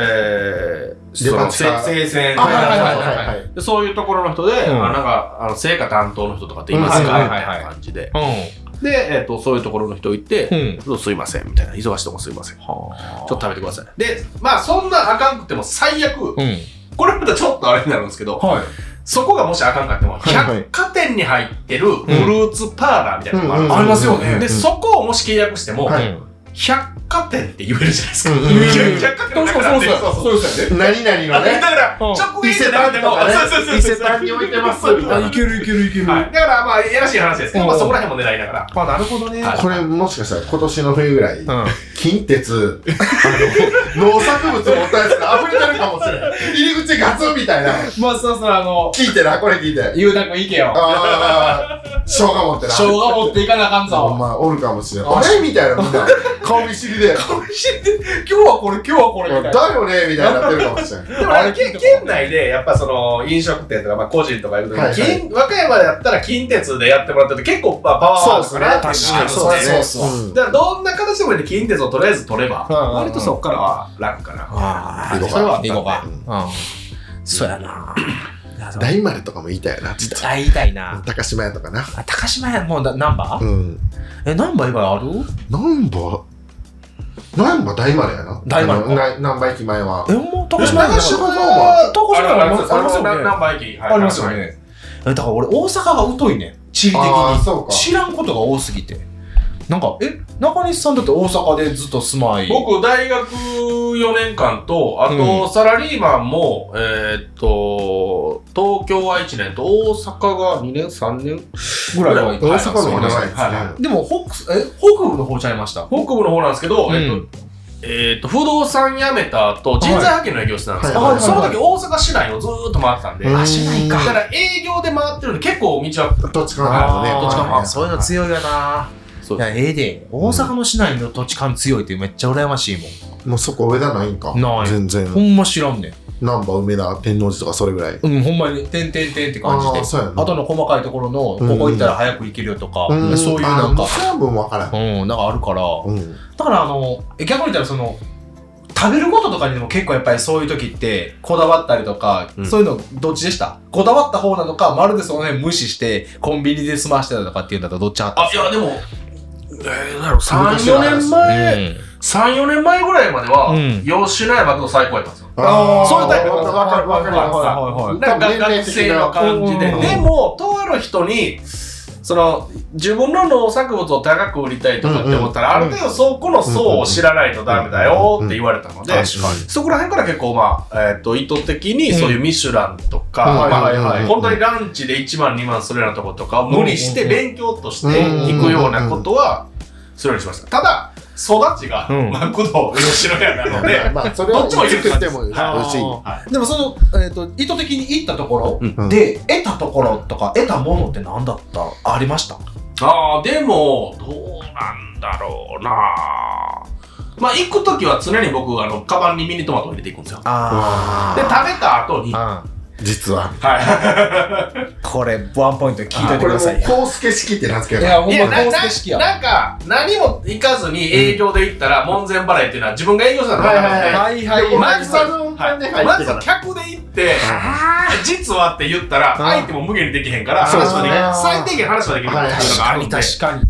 S3: えー、
S2: デ
S3: そ
S2: パ
S3: の、
S2: 地下
S3: 生鮮
S1: あはいはいはいはい
S2: はいはい。
S3: でそういうところの人で、
S1: うん
S3: あなんかあの成果担当の人とかっていますか、
S1: うんはい
S3: み
S1: はい
S3: た
S1: はい
S3: いな感じで
S1: う
S3: で、えっとそういうところの人行って、
S1: うん
S3: ちょっとすいませんみたいな忙しいとこすいませんちょっと食べてくださいでまあそんなあかんくても最悪
S1: うん。
S3: これまたちょっとあれになるんですけど、
S1: はい
S3: そこがもしあかんかっても、
S2: はいはい
S3: 百貨店に入ってるフルーツパーラーみたいなのがある
S2: う
S3: んで
S2: ん
S3: す
S2: うんあ
S3: よ
S2: りますよね
S3: で、そこをもし契約しても、
S2: はい
S3: 百貨店って言えるじゃないですか。
S2: うんう んうん
S3: 百貨店の中なんで。そうそう
S4: そうですよね。
S2: 何々
S3: あ
S2: の
S3: だ
S2: ね、
S3: から、
S1: うん
S3: 直
S2: 伊
S3: 営
S2: 勢
S3: 店
S2: 丹
S3: で
S2: と
S3: も、
S2: かね
S3: そうそうそうそう
S2: 伊勢丹に置いてますみ たいな。
S4: けるいけるいける
S3: はい、だから、まあ、いやらしい話ですけど、まあ、そこら辺も狙いながら。
S1: あ、なるほどね。
S2: これもしかしたら今年の冬ぐらい、
S1: うん。
S2: 近鉄、あの、農作物のお便りが溢れてるかもしれない。入り口ガツンみたいな。
S1: まあ、そろそろあの、
S2: 聞いてな、これ聞いて。
S1: ゆうたくん行けよ。
S2: ああ、生姜持ってな。
S1: 生姜持っていかなあかん
S2: お
S1: ぞ。
S2: 前おるかもしれない。あれみたいな、みんな。顔見知りで。
S1: 今日はこれ、今日はこれみたいな。
S2: だよねみたいになってるかもしれない。
S3: でも、あれ、け県内で、やっぱその、飲食店とか、まあ、個人とか行くとき、
S2: はいはい
S3: 金和歌山だったら近鉄でやってもらってると、結構、まあ、パワーワードかなっていうのがあるんですね。
S1: そうですねそうそう
S2: うん。
S3: だからどんな形でもいいんで近鉄をとりあえず取れば、
S1: うんうんうん
S3: 割とそこからは楽かな。
S1: あ
S2: 行こうか
S1: 行こうか。うん。そうやな。
S2: 大丸とかも言いたいよな。実は
S1: あ、言いたいな。
S2: 高島屋とかな。
S1: あ高島屋、もうなナンバ
S2: う
S1: ー
S2: ん。
S1: え、ナンバー以外ある
S2: なんば、なんば大丸やな。
S1: 大丸か
S2: あのななんば駅前は。
S1: え、もう高
S2: え
S1: 島屋じゃ
S2: 長
S1: な
S2: 島
S1: い
S2: バーバ
S1: 高島屋ありますありますよね
S3: ナンバー駅。
S1: ありますよね。えだから俺、大阪が疎いねん。地理的
S2: あー
S1: に。
S2: そうか。
S1: 知らんことが多すぎて。なんか、え、中西さんだって大阪でずっと住まい。
S3: 僕、大学4年間と、あ
S1: う
S3: と、サラリーマンも、えーっと、東京は1年と、大阪が2年、3年
S1: ぐらいは行っ
S2: 大
S1: て
S3: はい
S2: 阪の方が長いですね。
S3: はいは
S1: でも北、え、北部の方ちゃいました。
S3: 北部の方なんですけど、
S1: うん
S3: えーっと、えーっと、不動産辞めた後、人材派遣の営業してたんですけど、
S2: はいはい
S3: その時大阪市内をずーっと回ってたんで、
S2: うん
S3: あ市内か。だから営業で回ってるんで、結構道は、
S2: どっちかなね。
S1: ー
S3: どっちかも
S1: あそういうの強いよな。
S3: そう
S1: いや、ええで。大阪の市内の土地勘強いってめっちゃ羨ましいもん。
S2: もうそこ上田ないんか。
S1: ない
S2: 全然。
S1: ほんま知らんねん。
S2: 難波、梅田、天王寺とかそれぐらい。
S1: うん、ほんまに、てんてんてんって感じ
S2: あー
S1: で。
S2: そうやな。
S1: あとの細かいところの、ここ行ったら早く行けるよとか、
S2: ん
S1: そういうなん
S2: あ
S1: か、
S2: それはもう分からん。
S1: うん、なんかあるから。
S2: うん。
S1: だからあの逆に言ったらその食べることとかにも結構やっぱりそういう時ってこだわったりとか、
S3: うん
S1: そういうのどっちでしたこだわった方なのかまるでその辺無視してコンビニで済ましてたとかっていうんだったらどっち派だっ
S3: あ、いや、でも、えー、なんやろ、3、4年
S1: た
S3: 前、3、4年前ぐらいまでは、
S1: うん
S3: 吉野山と最高やったんですよ。
S1: あー
S3: そういうタイプ
S2: 分かる分かる分かる。
S1: はいはいはい
S3: なんか学生の感じで。
S2: うん
S3: でも、とある人に、その、自分の農作物を高く売りたいとかって思ったら、
S2: うんうん
S3: ある程度そこの層を知らないとダメだよって言われたので、
S2: 確かに
S3: そこら辺から結構、まあ、えっ、と、意図的にそういうミシュランとか、
S2: うん
S3: まあ
S2: はいはいはい
S3: 本当にランチで1万2万するようなとことかを無理して勉強として行くようなことは、するようにしました。ただ、育ちが、
S1: うん
S3: マクド吉野家な ので、
S2: まあ、それは
S3: どっちも言う
S2: 作っても美
S1: あー
S2: 味しい。
S1: でもその、えー、と意図的に行ったとこ
S2: う
S1: ろ
S2: ん
S1: で、得たところとか得たものって何だったありました
S3: ああ、でも、どうなんだろうなまあ、行くときは常に僕、あの、カバンにミニトマトを入れていくんですよ。で、
S1: あ
S3: 食べた後に、は
S1: あ、うん、
S2: 実は。
S1: これワンポイント聞いといてく
S2: これも
S1: だ
S2: う
S1: さいよ
S2: コースケ式って名付け
S1: い
S2: よ
S1: やほんま
S3: な
S1: 高
S3: な
S1: 知式や
S3: なんか、何も行かずに営業で行ったら、門前払いっていうのは自分が営業したのか
S2: はいはい
S3: ら
S1: はいは
S2: う。
S1: い
S2: マ
S3: ま
S2: ジ
S3: ず
S2: サの
S3: は
S2: パ
S3: い
S2: ンで入っ
S3: ま
S2: て
S3: ず
S2: から。
S3: 客で行って、実はって言ったら、
S1: あー
S3: 相手も無限にできへんから、
S2: そう
S3: 話はでき
S2: あ
S3: ない。
S2: ー
S3: 最低限話はできるっていうのがあるんで、
S1: 確かに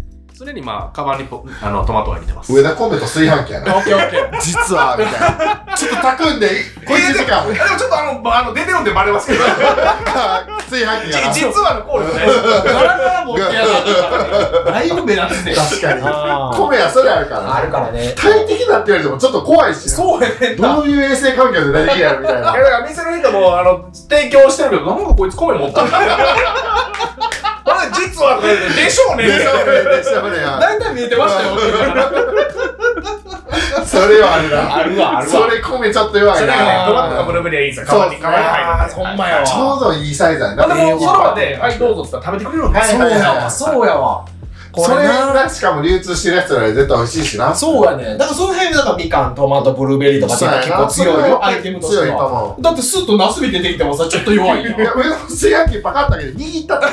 S3: 常にまあ、カバンにポあのトマトは入れてます。
S2: 上田 コンベと炊飯器やな。
S1: オッケーオッケー
S2: 実は、みたいな。ちょっと炊くんで、こいつ時間
S3: い。やでもちょっとあの、ばあの出てるんでバ レますけど、
S2: 炊飯器やな。
S3: 実はの効力ないです。
S1: だいぶ目立つね。
S2: 確かに。
S1: あ
S2: 米はそれあるから。
S1: るからね。
S2: 大敵だって言われてもちょっと怖いしな。
S1: そうやねんな。
S2: どういう衛生環境で大敵やるみたい
S3: い
S2: な。
S3: やだから店の人もあの提供してるけど、なんかこいつ米持ったん だよ。あれ実はでしょうね。
S2: でしょうね、でしょうね。
S1: 大体見えてましたよ。
S2: それはあるな。
S1: るわ
S2: そ。れ米ちょっと弱
S3: そ
S2: い
S3: れ
S1: が
S3: が
S2: な。
S3: ね、トマトがブルーベリーはいいんですよ。
S2: そうっ
S3: カバ
S2: す
S3: ン
S2: ね
S3: にカバンに入って
S1: ほんまや
S2: ちょう
S1: わ。
S2: どいいサイズやな。
S3: まあでも、その場で、
S2: は
S3: はいい、どうぞって言ったら食べてくれるんで
S2: はい
S3: す
S1: そう
S3: よ。
S2: はい
S1: やわ、そうやわ。こ
S2: そ
S1: れ
S2: れ
S1: な。
S2: がしかも流通してるやつらで絶対美味しいしな。
S1: そうやね。だからその辺、だからみかん、トマト、ブルーベリーとかっていうのは結構強いよ、アイテムとして
S2: 強いと
S1: は。
S2: 思
S1: だってスッとナスビ出てきてもさ、ちょっと弱いやん
S2: う。いや、上の炊飯器パカッと開けて握ったってね。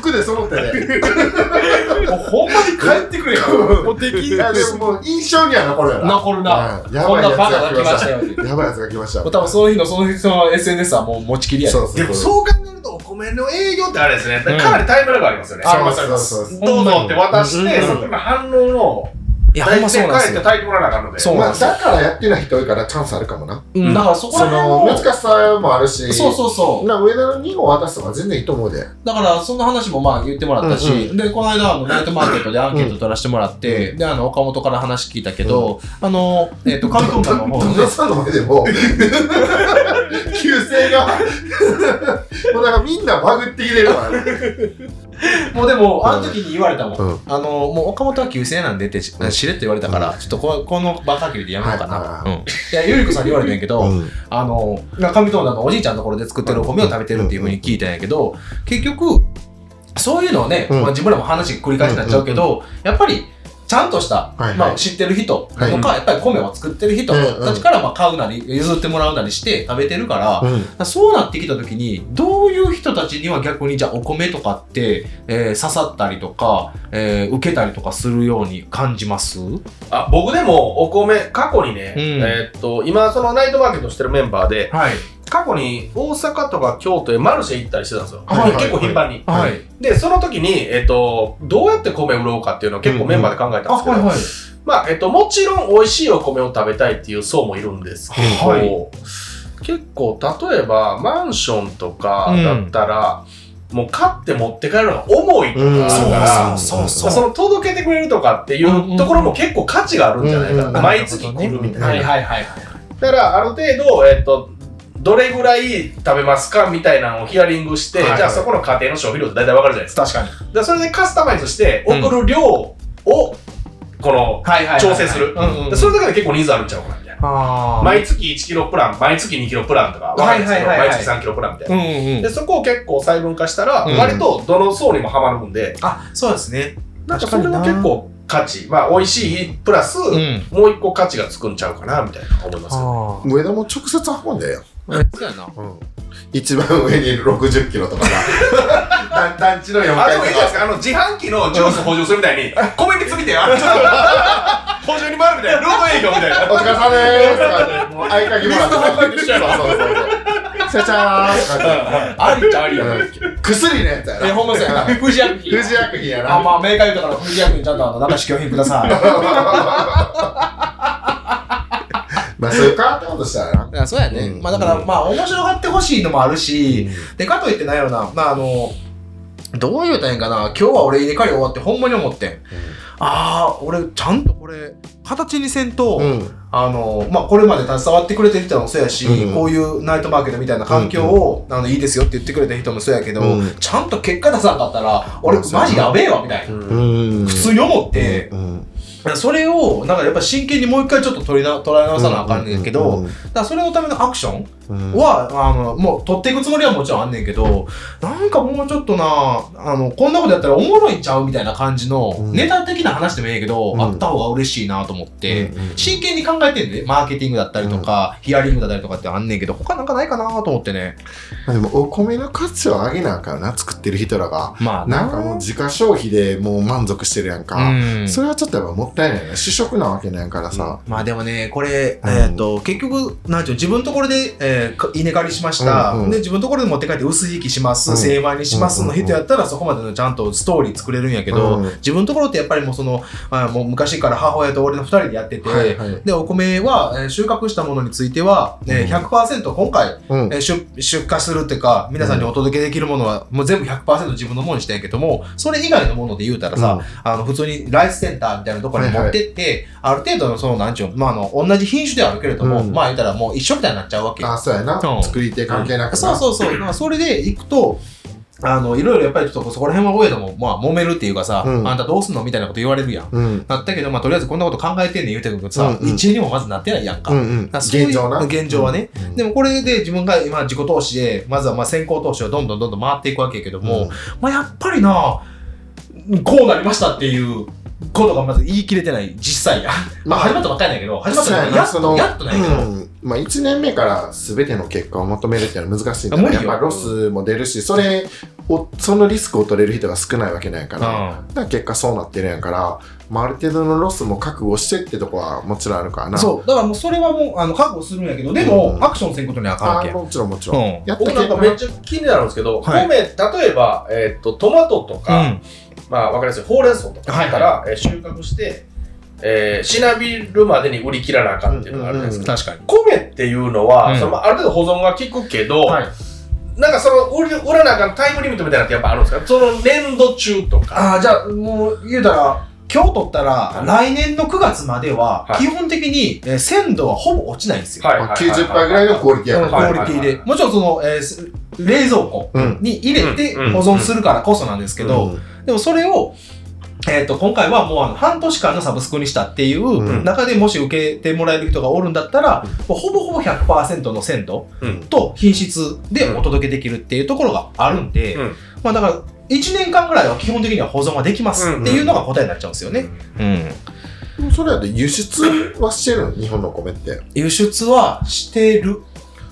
S2: 直でその手で。
S1: もう ほんまに帰ってく れよ。
S2: もう敵いや、でももう印象には残るよな。
S1: 残るな。
S2: うんや
S1: こ
S2: ば
S1: ん
S2: いや
S1: な
S2: つ
S1: バカ
S2: が
S1: が
S2: 来
S1: 来ま
S2: ま
S1: し
S2: したた。
S1: よって。
S2: やばいやつが来ました。
S1: もう多分その日のその人の SNS はもう持ちきりやね
S2: そうそう。
S3: でもそう考えると、お米の営業ってあれですね、かなりタイムラグありますよね。
S2: ありますありますそうそう
S3: どうぞって渡して、
S1: うん
S3: その反応の、
S1: いや、ほんまそうなんです
S3: 帰っ
S1: よ
S3: て。炊いてもらわなあかんので。
S1: そう
S2: ま
S1: なん
S2: あ、
S1: ですよ。
S2: だからやってない人多いからチャンスあるかもな。
S1: うん、だからそこ
S2: そ
S1: ら辺
S2: の
S1: も
S2: 難しさもあるし、
S1: そうそうそう。
S2: な上田の2号渡すのは全然いいと思うで。
S1: だから、その話もまあ言ってもらったし、
S2: うん
S1: で、この間、あの、ナイトマーケットでアンケート取らせてもらって、で、あの、岡本から話聞いたけど、あの、えっ、と、カブトンの方
S2: 旦
S1: で
S2: 那、さんの前でも、 旧 姓が、もうなんかみんなバグってきてるわ。
S1: もうでも、あの時に言われたもん。
S2: うん
S1: あの、もう岡本は急性なんでってし、
S2: うん
S1: しれっと言われたから、ちょっとここの場限りでやめようかな。、
S2: はい
S1: うん。いや、ゆりこさんに言われたんやけど、あの、中身とのおじいちゃんのところで作ってるお米を食べてるっていうふうに聞いたんやけど、結局、そういうのをね、
S2: うん
S1: まあ、自分らも話繰り返しになっちゃうけど、やっぱり、ちゃんとした、
S2: はいはい
S1: まあ、知ってる人とか、
S2: はい
S1: やっぱり米を作ってる人
S2: うんうん
S1: たちからまあ買うなり、譲ってもらうなりして食べてるから、
S2: うん
S1: そうなってきた時にどういう人たちには逆にじゃあお米とかって、えー刺さったりとか、えー受けたりとかするように感じますは
S3: あ僕でもお米、過去にね、
S1: うん
S3: えーっと、今、そのナイトマーケットしてるメンバーで、
S1: い
S3: 過去に大阪とか京都へマルシェ行ったりしてたんですよ。
S2: はい
S3: 結構頻繁に。
S1: はい、
S3: で、その時に、えーっと、どうやって米売ろうかっていうのを結構メンバーで考えたんですけど、
S1: はい
S3: まあ、えっと、もちろん美味しいお米を食べたいっていう層もいるんですけど、
S1: はい
S3: 結構、例えば、マンションとかだったら、もう買って持って帰るのが重いと
S2: うん
S3: かあるから、
S1: そう
S3: その届けてくれるとかっていうところも結構価値があるんじゃないかな、
S2: うんうん
S3: 毎月来るみたいな、
S2: はい
S1: はいはい
S3: だからある程度、えっと、どれぐらい食べますかみたいなのをヒアリングして、
S2: はいはい
S3: じゃあそこの家庭の消費量って大体わかるじゃないですか
S1: 確かに
S3: だからそれでカスタマイズして送る量を、こ
S1: は
S3: の
S1: いはいはいはい
S3: 調整する、
S1: うんうんうん
S3: それだけで結構ニーズあるんちゃうかなみたいな
S1: あー
S3: 毎月1キロプラン毎月2キロプランとかわかるんですけど、
S1: はいはいはいはい
S3: 毎月3キロプランみたいな、
S1: うんうん
S3: でそこを結構細分化したら、
S2: うん
S3: 割とどの層にもはまるんで
S1: あそうですね
S3: なんかそれは結構価値まあ美味しいプラス、
S1: うん
S3: もう一個価値がつくんちゃうかなみたいな思いますけ
S1: あ
S3: ど
S2: 上田も直接運んだよ。
S1: あそうやな
S2: 一番上にいる60キロとかな。団地の4
S3: あで
S2: 階
S3: もいい
S2: と
S3: じゃないです
S2: か。
S3: かあの自販機のジュース補充するみたいに米について あのちょっと補充に回るみたいなロード営業みたいな
S2: お疲れ様でーすとかね。もう合鍵もらって。
S3: 水の販
S2: そうそうそうそう。せちゃーんとかね
S1: ありっちゃありや
S2: うん薬のやつやな。
S1: えほんまそう やな
S2: うん
S1: 富士薬
S2: 富
S1: 品
S2: 士薬品やな。
S1: あまあメーカー言うたから富士薬品ちゃんとあの中試供品ください
S2: まあ、そういう変わったことしたらな。
S1: いやそうやね、
S2: うん
S1: ま あだから、まあ面白がってほしいのもあるし、でかといってなんやろなまああのどう言うたらいいんかな今日は俺稲刈り終わってほんまに思ってん、ああ俺ちゃんとこれ形にせんと、
S2: うん。
S1: あのまあ、これまで携わってくれてる人もそうやし、
S2: うん
S1: こういうナイトマーケットみたいな環境を、あのいいですよって言ってくれた人もそうやけど、
S2: うん
S1: ちゃんと結果出さなかったら俺
S2: そう
S1: マジやべえわみたいな、
S2: うん。
S1: 普通に思って、
S2: うん。
S1: それをなんかやっぱ真剣にもう一回ちょっと取りな捉え直さなあかんねんけど、
S2: うん
S1: だからそれのためのアクション
S2: うん
S1: は、あの、もう取っていくつもりはもちろんあんねんけど、なんかもうちょっとな、あの、こんなことやったらおもろいんちゃうみたいな感じの、
S2: うん
S1: ネタ的な話でもいいけど、
S2: うん
S1: あった方が嬉しいなと思って、
S2: うんうん
S1: 真剣に考えてんで、マーケティングだったりとか、ヒアリングだったりとかってあんねんけど、他なんかないかなと思ってね。
S2: でもお米の価値を上げなあかんな作ってる人らが
S1: まあ
S2: なんかもう自家消費でもう満足してるやんか、
S1: うん
S2: それはちょっとやっぱもったいないな主食なわけなんやからさ、
S1: まあでもね、これ、
S2: うん
S1: えーっと、結局、なんちゅう、自分のところで、えーか稲刈りしました、
S2: うんうん
S1: で、自分のところで持って帰って薄引きします、
S2: うん
S1: 精米にします
S2: うんうん
S1: の
S2: うん
S1: 人やったら、そこまでのちゃんとストーリー作れるんやけど、
S2: うん
S1: 自分のところってやっぱりもうその、あもう昔から母親と俺の二人でやってて、
S2: はいはい、
S1: で、お米は、えー収穫したものについては、えー
S2: うん
S1: 100%今回、
S2: うん
S1: えー出出荷するっていうか、皆さんにお届けできるものは、もう全部100%自分のものにしてんやけども、それ以外のもので言うたらさ、あの、普通にライスセンターみたいなところに持ってって、ある程度のその、なんちゅうの、まあ、あの、同じ品種ではあるけれども、
S2: うん
S1: まあ言ったらもう一緒みたいになっちゃうわけよ
S2: あそうやな、
S1: うん
S2: 作り手関係なくな
S1: そうそうそう。まあ、それで行くと、あの、いろいろやっぱりちょっとそこら辺は親でも、まあ、揉めるっていうかさ、
S2: うん
S1: あんたどうすんのみたいなこと言われるやん。
S2: うん
S1: なったけど、まあ、とりあえずこんなこと考えてんねん言うてくるけどさ、
S2: うんうん
S1: 一円にもまずなってないやんか。
S2: うんう
S1: だ
S2: ん
S1: からそういう
S2: 現状な
S1: 現状はね、
S2: うん
S1: でもこれで自分が今自己投資でまずはまあ先行投資をどんどんどんどん回っていくわけやけども、
S2: うん
S1: まあ、やっぱりなこうなりましたっていうことがまず言い切れてない実際やまあ始まったばっかりなんやけど始まったばっかりやっとやっとないけど、
S2: うんまあ、1年目から全ての結果を求めるっていうのは難しいんだ
S1: 無理
S2: や
S1: よ
S2: っぱロスも出るしそれおそのリスクを取れる人が少ないわけなんやから,、だから結果そうなってるんやから、まあ、ある程度のロスも覚悟してってとこはもちろんあるからな
S1: そう。だからもうそれはもう、あの、覚悟するんやけど、でも
S2: う、ん
S1: アクションせんことにはあかんわ
S2: あ
S1: け
S2: ー
S1: や。
S2: もちろんもちろん、
S1: うん。
S2: やった
S3: 僕
S2: 結
S3: なんか
S2: 果
S3: めっちゃ気になるんですけど、
S1: はい
S3: 米、例えば、えっとトマトとか、
S1: うん
S3: まあわかりやすいほうれん草とかだったら、えー収穫して、えーしなびるまでに売り切らなあかんっていうのがあるじゃないですか。
S1: 確かに。
S3: 米っていうのは、
S1: うん
S3: そのまあある程度保存が効くけど、
S1: はい
S3: なんかその売り売らなあかんタイムリミットみたいなのってやっぱあるんですかその年度中とか。
S1: ああ、じゃあ、もう、言うたら、今日取ったら、来年の9月までは、
S3: は
S1: 基
S3: い
S1: 本的に、えー鮮度はほぼ落ちないんですよ。
S3: はい
S8: まあ90%ぐらいのクオリティや
S1: この
S8: か
S1: ク
S8: ら。
S1: オリティで。もちろん、その、えーす冷蔵庫
S2: うん
S1: に入れて
S3: うん
S1: 保存するからこそなんですけど、でもそれを、えっと今回はもうあの半年間のサブスクにしたっていううん中でもし受けてもらえる人がおるんだったら、もうほぼほぼ100%の鮮度
S3: うん
S1: と品質でお届けできるっていうところがあるんで、
S3: うん
S1: まあだから1年間ぐらいは基本的には保存ができますっていうのが答えになっちゃうんですよね。うん
S2: でもそれやと輸出はしてるの日本の米って
S1: 輸出はしてる。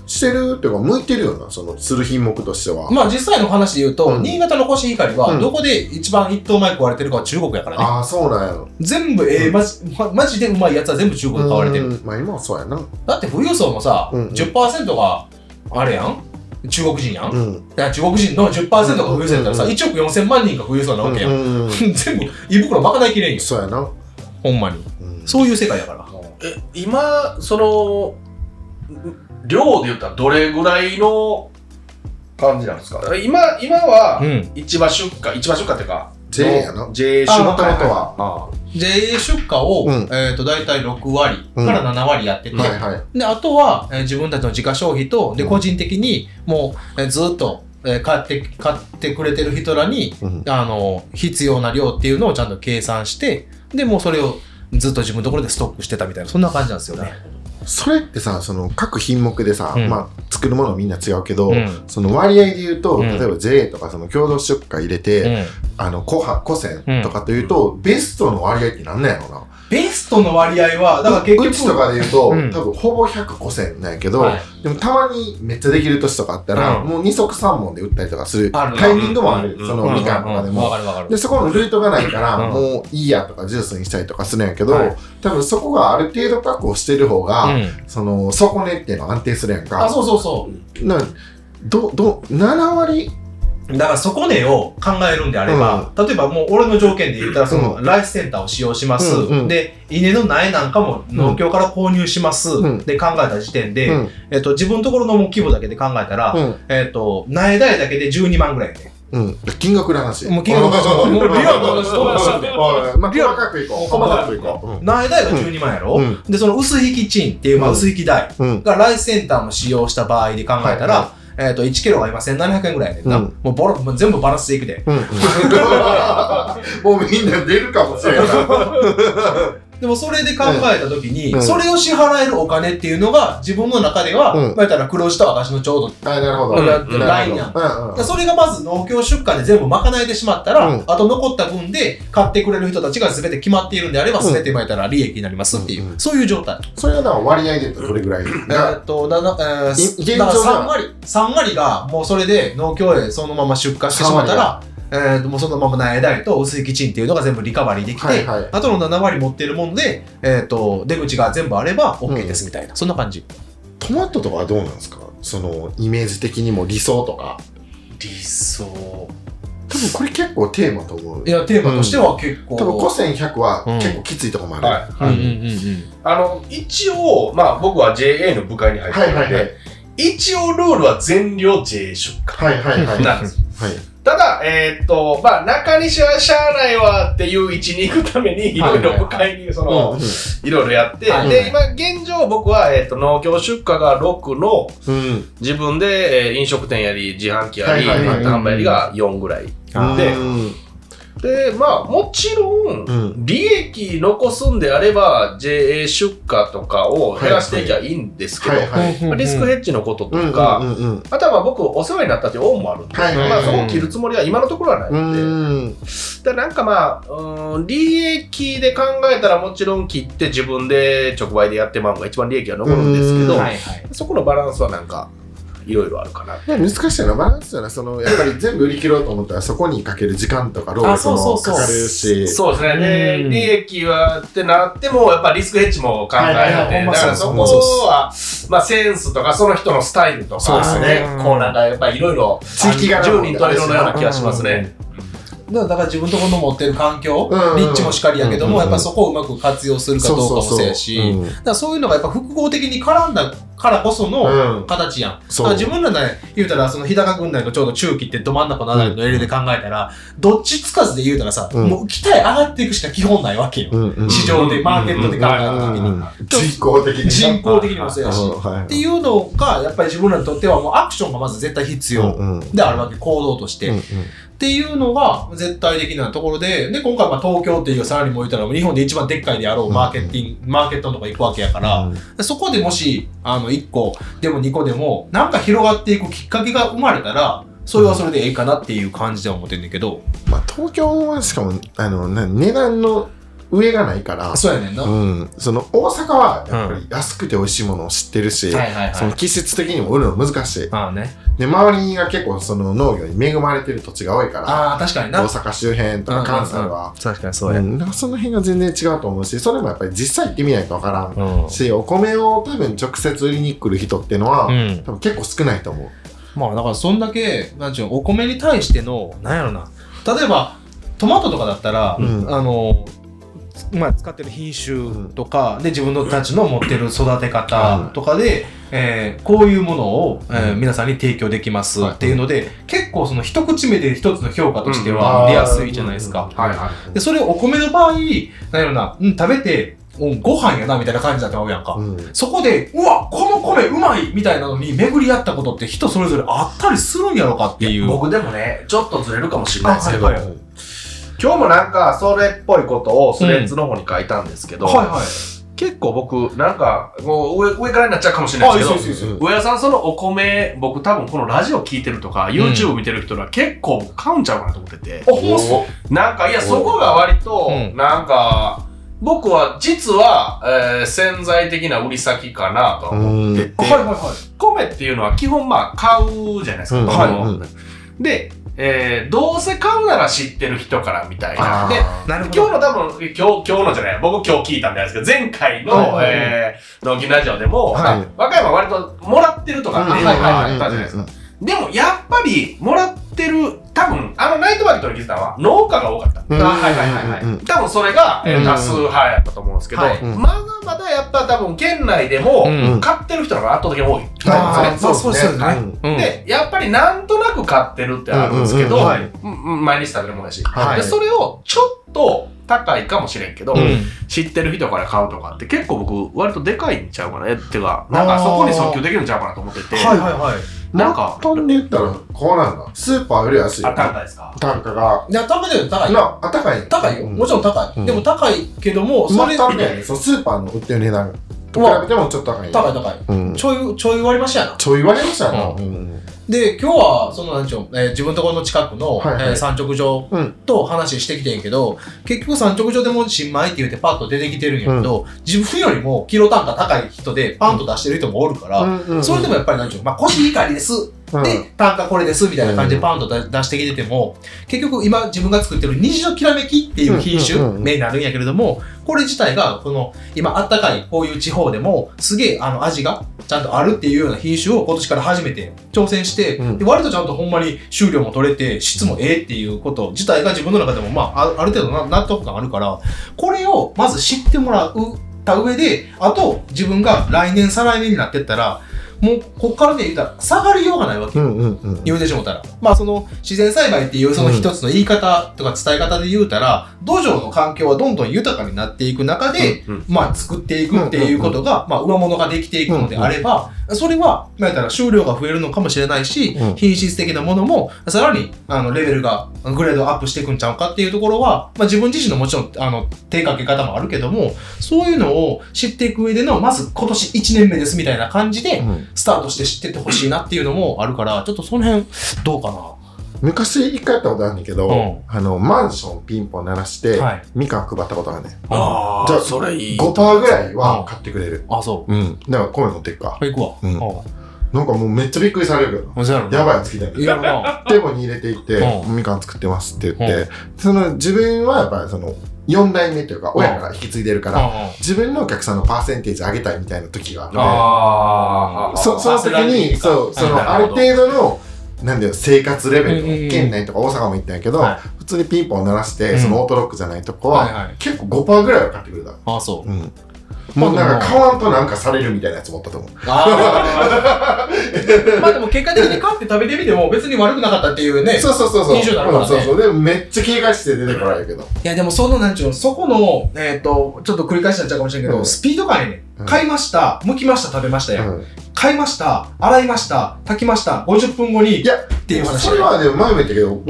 S2: してるっていうか向いてるよなそのする品目としては、
S1: まあ実際の話で言うと、
S2: うん
S1: 新潟のコシヒカリ
S2: う
S1: は
S2: ん
S1: どこで一番一等米食われてるかは中国やからね。
S2: ああそうなんやろ
S1: 全部、えー、まじ、まマジでうまいやつは全部中国で買われてる。
S2: うんまあ今はそうやな
S1: だって富裕層もさ、
S2: うんうん
S1: 10%があれやん中国人やん、だ
S2: うん
S1: から中国人の10%が富裕層やったらさ、
S2: うんうん
S1: 1億4000万人が富裕層なわけやん、
S2: うんうんうん
S1: 全部胃袋まかないきれんよ
S2: そうやな、
S1: ほんまに
S2: うん
S1: そういう世界やから
S3: え今その量で言ったらどれぐらいの感じなんですか今今は
S1: ん
S3: 市場出荷、市場出荷っていうか
S2: J やな
S3: J 出
S1: あー
S3: 荷
S2: もともとは
S3: は
S1: JA 出荷を、
S2: うん
S1: えー、と大体6割から7割やってて、
S2: はいはい
S1: であとは、えー自分たちの自家消費とで
S2: うん
S1: 個人的にもう、えーずーっと、えー買って買ってくれてる人らに
S2: うん
S1: あの必要な量っていうのをちゃんと計算してでもうそれをずっと自分のところでストックしてたみたいなそんな感じなんですよね。
S2: それってさその各品目でさ、
S1: うん
S2: まあ、作るものみんな違うけど、
S1: うん
S2: その割合で言うと、
S1: うん
S2: 例えば J とかその共同出荷入れて、あの個派個線とかというと、ベストの割合ってなんなんやろうな
S1: ベストの割合はだから結
S2: うちと
S1: 局
S2: かで言うと、
S1: うん
S2: 多分ほぼ100個線なんやけど、
S1: はい
S2: でもたまにめっちゃできる年とかあったら、
S1: うん
S2: もう二足三本で売ったりとかする
S1: ある
S2: タイミングもある、
S3: うん
S2: そのみかんとかでも、
S1: わかるわかる
S2: でそこのルートがないから、
S1: うん
S2: もういいやとかジュースにしたりとかするんやけど、
S3: はい
S2: 多分そこがある程度確保してる方が、
S1: うん
S2: その底根っていうのは安定するやんか
S1: あそうそうそ
S2: などど7割
S1: うだからそこでを考えるんであれば、例えばもう俺の条件で言ったらその、ライスセンターを使用します、
S2: うんうん
S1: で稲の苗なんかも農協から購入します、
S2: うん
S1: で考えた時点で、
S2: うん
S1: えっと、自分のところの規模だけで考えたら、
S2: うん
S1: えっと苗代だけで12万ぐらいやね
S2: うん、金額の話。
S1: もう金額の話もうリアルな話
S2: おいおいおいまあ、細かくいこう。細かくいこう。
S1: 苗代が12万やろ、
S2: うん
S1: でその薄引きチンっていう、まあ、
S2: うん
S1: 薄引き台
S2: うん。
S1: がライスセンターも使用した場合で考えたら、
S2: はいは
S1: えっと1キロが今1700円ぐらいやねんな、
S2: うん
S1: もうボロもう全部バランスでいくで
S2: うん。もうみんな出るかもしれない。
S1: でもそれで考えた時に、
S2: うん
S1: それを支払えるお金っていうのが自分の中では、
S2: うん
S1: まあ言ったら黒字と赤字のちょうど
S2: はい、なるほど。
S1: うん
S2: なるほど
S1: ラインやん
S2: うんうん
S1: だからそれがまず農協出荷で全部賄えてしまったら、
S2: うん
S1: あと残った分で買ってくれる人たちが全て決まっているんであれば、全て巻いたら利益になりますっていう、
S2: うんうん
S1: そういう状態。
S2: それはだから割合で言うとどれぐらい
S1: えーっと、だな、え
S2: い現
S1: ー、
S2: 状
S1: だ
S2: が
S1: から3割、三割がもうそれで農協へそのまま出荷してしまったら、えーっと、もうそのまま苗代と薄いキチンっていうのが全部リカバリーできて、
S2: はいはい
S1: あとの7割持ってるもので、えーっと、出口が全部あれば OK ですみたいな、そんな感じ。
S2: トマトとかはどうなんですかそのイメージ的にも理想とか。
S3: い。理想。
S2: 多分これ結構テーマと思う
S1: い。や、テーマとしては結構。
S2: 多分個性100は
S1: うん
S2: 結構きついとこもある。
S3: はい。
S1: うんうんうんうん。
S3: あの、一応、まあ僕は JA の部会に入ってるので、
S2: はいはいはい
S3: 一応ルールは全量 JA 出
S2: はいはいはい。
S3: 荷なんです。
S2: はい。
S3: ただ、えーっと、まあ中西はしゃあないわっていう位置に行くために、いろいろ部会に、その、
S2: うん
S3: いろいろやって、
S1: はい
S3: で、今現状僕は、えっと農協出荷が6の
S2: うん。
S3: 自分で、えー飲食店やり自販機やり、
S2: はいはいはい
S3: ネット販売やりが4ぐらい。
S2: うん。
S3: で
S2: うん
S3: で、まあもちろん、
S2: うん
S3: 利益残すんであれば JA 出荷とかを減らしていきゃいいんですけど、
S2: はいはい。
S3: まあリスクヘッジのことと
S2: うん
S3: か、
S2: うんうんうん
S3: あとはまあ僕お世話になったという恩もあるんで、
S2: はいはい
S3: ま
S2: は
S3: あ
S2: い
S3: そこを切るつもりは今のところはないんで、
S2: うん
S3: だからなんかまあ、うーん、利益で考えたらもちろん切って自分で直売でやってまうのが一番利益が残るんですけ
S2: う
S3: ど
S2: ん、
S1: いはい。
S3: そこのバランスはなんか、いろいろあるかな。
S2: 難しいのはバランスよね。その、やっぱり全部売り切ろうと思ったら、そこにかける時間とか、労
S3: あ
S2: 力
S3: そうそ
S2: も
S3: うそ
S2: か
S3: う
S2: かるし。
S3: そうですね。
S2: う
S3: で、
S2: ん
S3: 利益はってなっても、やっぱリスクヘッジも考え
S2: はい
S3: な
S2: はいいはいほん
S3: だ
S2: ま
S3: か
S2: そう
S3: らそこ
S2: ほんま
S3: は、まあセンスとか、その人のスタイルと
S2: そうです
S3: か、ね
S2: ね、
S3: こうなんかやっぱいろいろ、
S2: 地域柄
S3: 十人十色のような気がしますね。
S1: だから自分とこの持ってる環境、
S2: うんうん
S1: 立地もしかりやけども、
S2: うんうん
S1: やっぱそこをうまく活用するかどうかもせやし、
S2: うん
S1: だからそういうのがやっぱ複合的に絡んだからこその
S2: うん
S1: 形やん。だ
S2: そ
S1: から
S2: う
S1: 自分らね、言うたら、その日高軍内のちょうど中期ってど真ん中のあたりのエリアで考えたら、どっちつかずで言うたらさ、
S2: うん
S1: もう期待上がっていくしか基本ないわけよ。
S2: うんうん
S1: 市場で、マーケットで考えた時に。
S2: 人工的に
S1: 人工的にもそうやし。っ
S2: って
S1: いうのが、やっぱり自分らにとってはもうアクションがまず絶対必要。であるわけ、行動として。っていうのが絶対的なところで、で、今回まあ東京っていうさらにも言ったら、日本で一番でっかいであろうマーケティング、マーケットのとか行くわけやから、でそこでもし、あの、1個でも2個でも、なんか広がっていくきっかけが生まれたら、それはそれでええかなっていう感じでは思ってんだけど、
S2: まあ、東京はしかもあのな値段の上がないから、
S1: そうやねんな。
S2: う
S1: はい
S2: ん、その大阪はやっぱり安くて美味しいものを知ってるし、
S1: はいはい。
S2: その季節的にも売るの難しい
S1: まあね。
S2: で周りが結構その農業に恵まれてる土地が多いから
S1: ああ、確かに
S2: 大
S1: な。
S2: 阪周辺とか関西は、
S1: 確かにそ
S2: うんだからその辺が全然違うと思うしそれもやっぱり実際行ってみないとわからん
S1: うん。
S2: しお米を多分直接売りに来る人っていうのは、
S1: うん。
S2: 多分結構少ないと思う
S1: まあだからそんだけ、なんちゅうのお米に対しての、なんやろな。例えば、トマトとかだったら、
S2: うん
S1: あの、つまあ、使ってる品種とか、で自分のたちの持ってる育て方とかで、えーこういうものを、えー皆さんに提供できますっていうので、結構その一口目で一つの評価として
S2: うん
S1: は
S2: あー
S1: 出やすいじゃないですか。
S3: はいは
S1: でそれをお米の場合、なんやろな、うん、食べて、うんご飯やなみたいな感じだったわけやんか。
S2: うん
S1: そこで、うわ、この米うまいみたいなのに巡り合ったことって人それぞれあったりするんやろかっていう。
S3: 僕でもね、ちょっとずれるかもしれないですけど、
S1: あはい
S3: 今日もなんかそれっぽいことをスレッズの方に書いたんですけど、
S1: はいはい。
S3: 結構僕、なんか、もう上上からになっちゃうかもしれないですけ
S2: う
S3: ど、
S2: ん
S3: 上田さん、そのお米、僕多分このラジオ聞いてるとか、YouTube 見てる人ら結構買うんちゃうかなと思ってて。なんか、いや、そこが割と、
S1: うん
S3: なんか、僕は実は、えー潜在的な売り先かなとは思ってて、
S1: はいはいはい。
S3: 米っていうのは基本まあ買うじゃないですか、
S2: うん
S3: 僕も
S2: うん
S3: で、えーどうせ買うなら知ってる人からみたいな。で、
S1: なるほ
S3: 今
S1: ど。
S3: 日の多分、今日、今日のじゃない、僕今日聞いたんじゃないですけど、前回の、
S2: はいはいはい
S3: えー、農機ラジオでも、
S2: はい
S3: まあ和歌山割ともらってるとかっていうのがあったじゃないですか。でも、やっぱり、もらってる、多分、あのナイトバーキットの聞いてたのは、農家が多かった。
S2: うん
S3: はいはいはいはい。
S2: うん
S3: 多分それが、えー
S2: うん
S3: 多数派やったと思うんですけど、
S1: はい
S2: うん
S3: まだまだやっぱ多分、県内でも、
S2: うん
S3: 買ってる人の方が圧倒的に多い。
S1: あー
S2: はい
S1: まあそうですよね
S2: はい
S1: うん
S3: で、やっぱりなんとなく買ってるってあるんですけど、
S2: うんうんうんはい
S3: うんうん毎日食べるもんやし、
S2: はい
S3: で、それをちょっと高いかもしれんけど、
S1: うん
S3: 知ってる人から買うとかって結構僕、割とでかいんちゃうかな。えっていうか、なんかそこに訴求できるんちゃうかなと思ってて、
S1: はいはいはい。
S3: なんか、
S2: 単に言ったらこうなんだスーパーより安いよ
S3: あったんですか
S2: 単価が
S1: いや、高いよ、高いよ。
S2: なあ高い
S1: 高いよ。もちろん高
S2: うん
S1: い。でも高いけども、
S2: うん
S1: そ
S2: まあ
S1: れ、
S2: 単
S1: 高い
S2: 価やねそうスーパーの売ってる値段と
S1: うわ
S2: 比べてもちょっと高い
S1: 高い。
S2: うん
S1: ちょい、ちょい割り増しやな。
S2: ちょい割れましたよな
S1: で、今日は、その、なんちゅうの、えー自分ところの近くの、
S2: はいはい
S1: えー産直場
S2: うん
S1: と話してきてんけど、結局産直場でも新米って言ってパッと出てきてるんやけど、自分よりもキロ単価高い人でパンと出してる人もおるから、それでもやっぱりなんちゅうの、まあ、腰光りです
S2: うん
S1: で、単価これですみたいな感じでパンと出出してきてても、結局今自分が作ってる虹のきらめきっていう品種
S2: うんうんうん
S1: 名になるんやけれども、これ自体がこの今あったかいこういう地方でもすげえあの味がちゃんとあるっていうような品種を今年から初めて挑戦して、
S2: うん
S1: で割とちゃんとほんまに収量も取れて質もええっていうこと自体が自分の中でもまああある程度な納得感あるから、これをまず知ってもらうた上で、あと自分が来年再来年になってったら、もうこっからね言ったら下がりようがないわけ。
S2: うんうんうん
S1: 言うてしもたら。まあその自然栽培っていうその一つの言い方とか伝え方で言うたら、土壌の環境はどんどん豊かになっていく中で、
S3: うんうん
S1: まあ作っていくっていうことが、まあ上物ができていくのであれば、それは、まあ言ったら収量が増えるのかもしれないし、
S2: うん
S1: 品質的なものも、さらに、あの、レベルが、グレードアップしていくんちゃうかっていうところは、まあ自分自身のもちろん、あの、手掛け方もあるけども、そういうのを知っていく上での、まず今年1年目ですみたいな感じで、
S2: うん
S1: スタートして知ってってほしいなっていうのもあるから、ちょっとその辺、どうかな。
S2: 昔一回やったことあるんだけ
S1: う
S2: ど
S1: ん
S2: あのマンションピンポン鳴らして
S1: はい。
S2: みかん配ったことがね
S4: あ
S2: じゃあ
S4: あ、それいい。
S2: 5%ぐらいは買ってくれる
S1: あ、そ
S2: うんだから米持ってくか
S1: う。行くわ。
S2: うん
S1: う
S2: なんかもうめっちゃびっくりされるけど。
S1: もちろん。
S2: やばいやつ来たよ
S1: いやろな。
S2: テボに入れていって、
S1: う
S2: みかん作ってますって言って、その自分はやっぱりその4代目というか、親から引き継いでるから、自分のお客さんのパーセンテージ上げたいみたいな時があ
S4: あ
S2: って、そその時に、そう、そのある程度の、なんだよ、生活レベル
S1: うんうんうん
S2: の、県内とか大阪も行ったんやけど
S1: はい、
S2: 普通にピンポン鳴らし
S1: う
S2: て、
S1: ん
S2: そのオートロックじゃないとこ
S1: はい
S2: は、
S1: はい。
S2: 結構5%ぐらいは買ってくれた。
S1: あ、そう。
S2: うん。もうなんか買わんとなんかされるみたいなやつもあったと思う。
S1: あ あ。まあでも結果的に買って食べてみても別に悪くなかったっていうね。
S2: そうそうそうそう。
S1: 飲酒になるからね
S2: うんそうそう。でもめっちゃ警戒して出てこられるけど。
S1: いやでもそのなんちゅうの、そこの、えっ、と、ちょっと繰り返しになっちゃうかもしれんけど、
S2: うん
S1: スピード感やね、。
S2: うんん
S1: 買いました、剥きました、食べましたや、。
S2: うんん
S1: 買いました、洗いました、炊きました、50分後に、
S2: いや
S1: っていう話
S2: それはね、前も言ったけど、
S1: ん。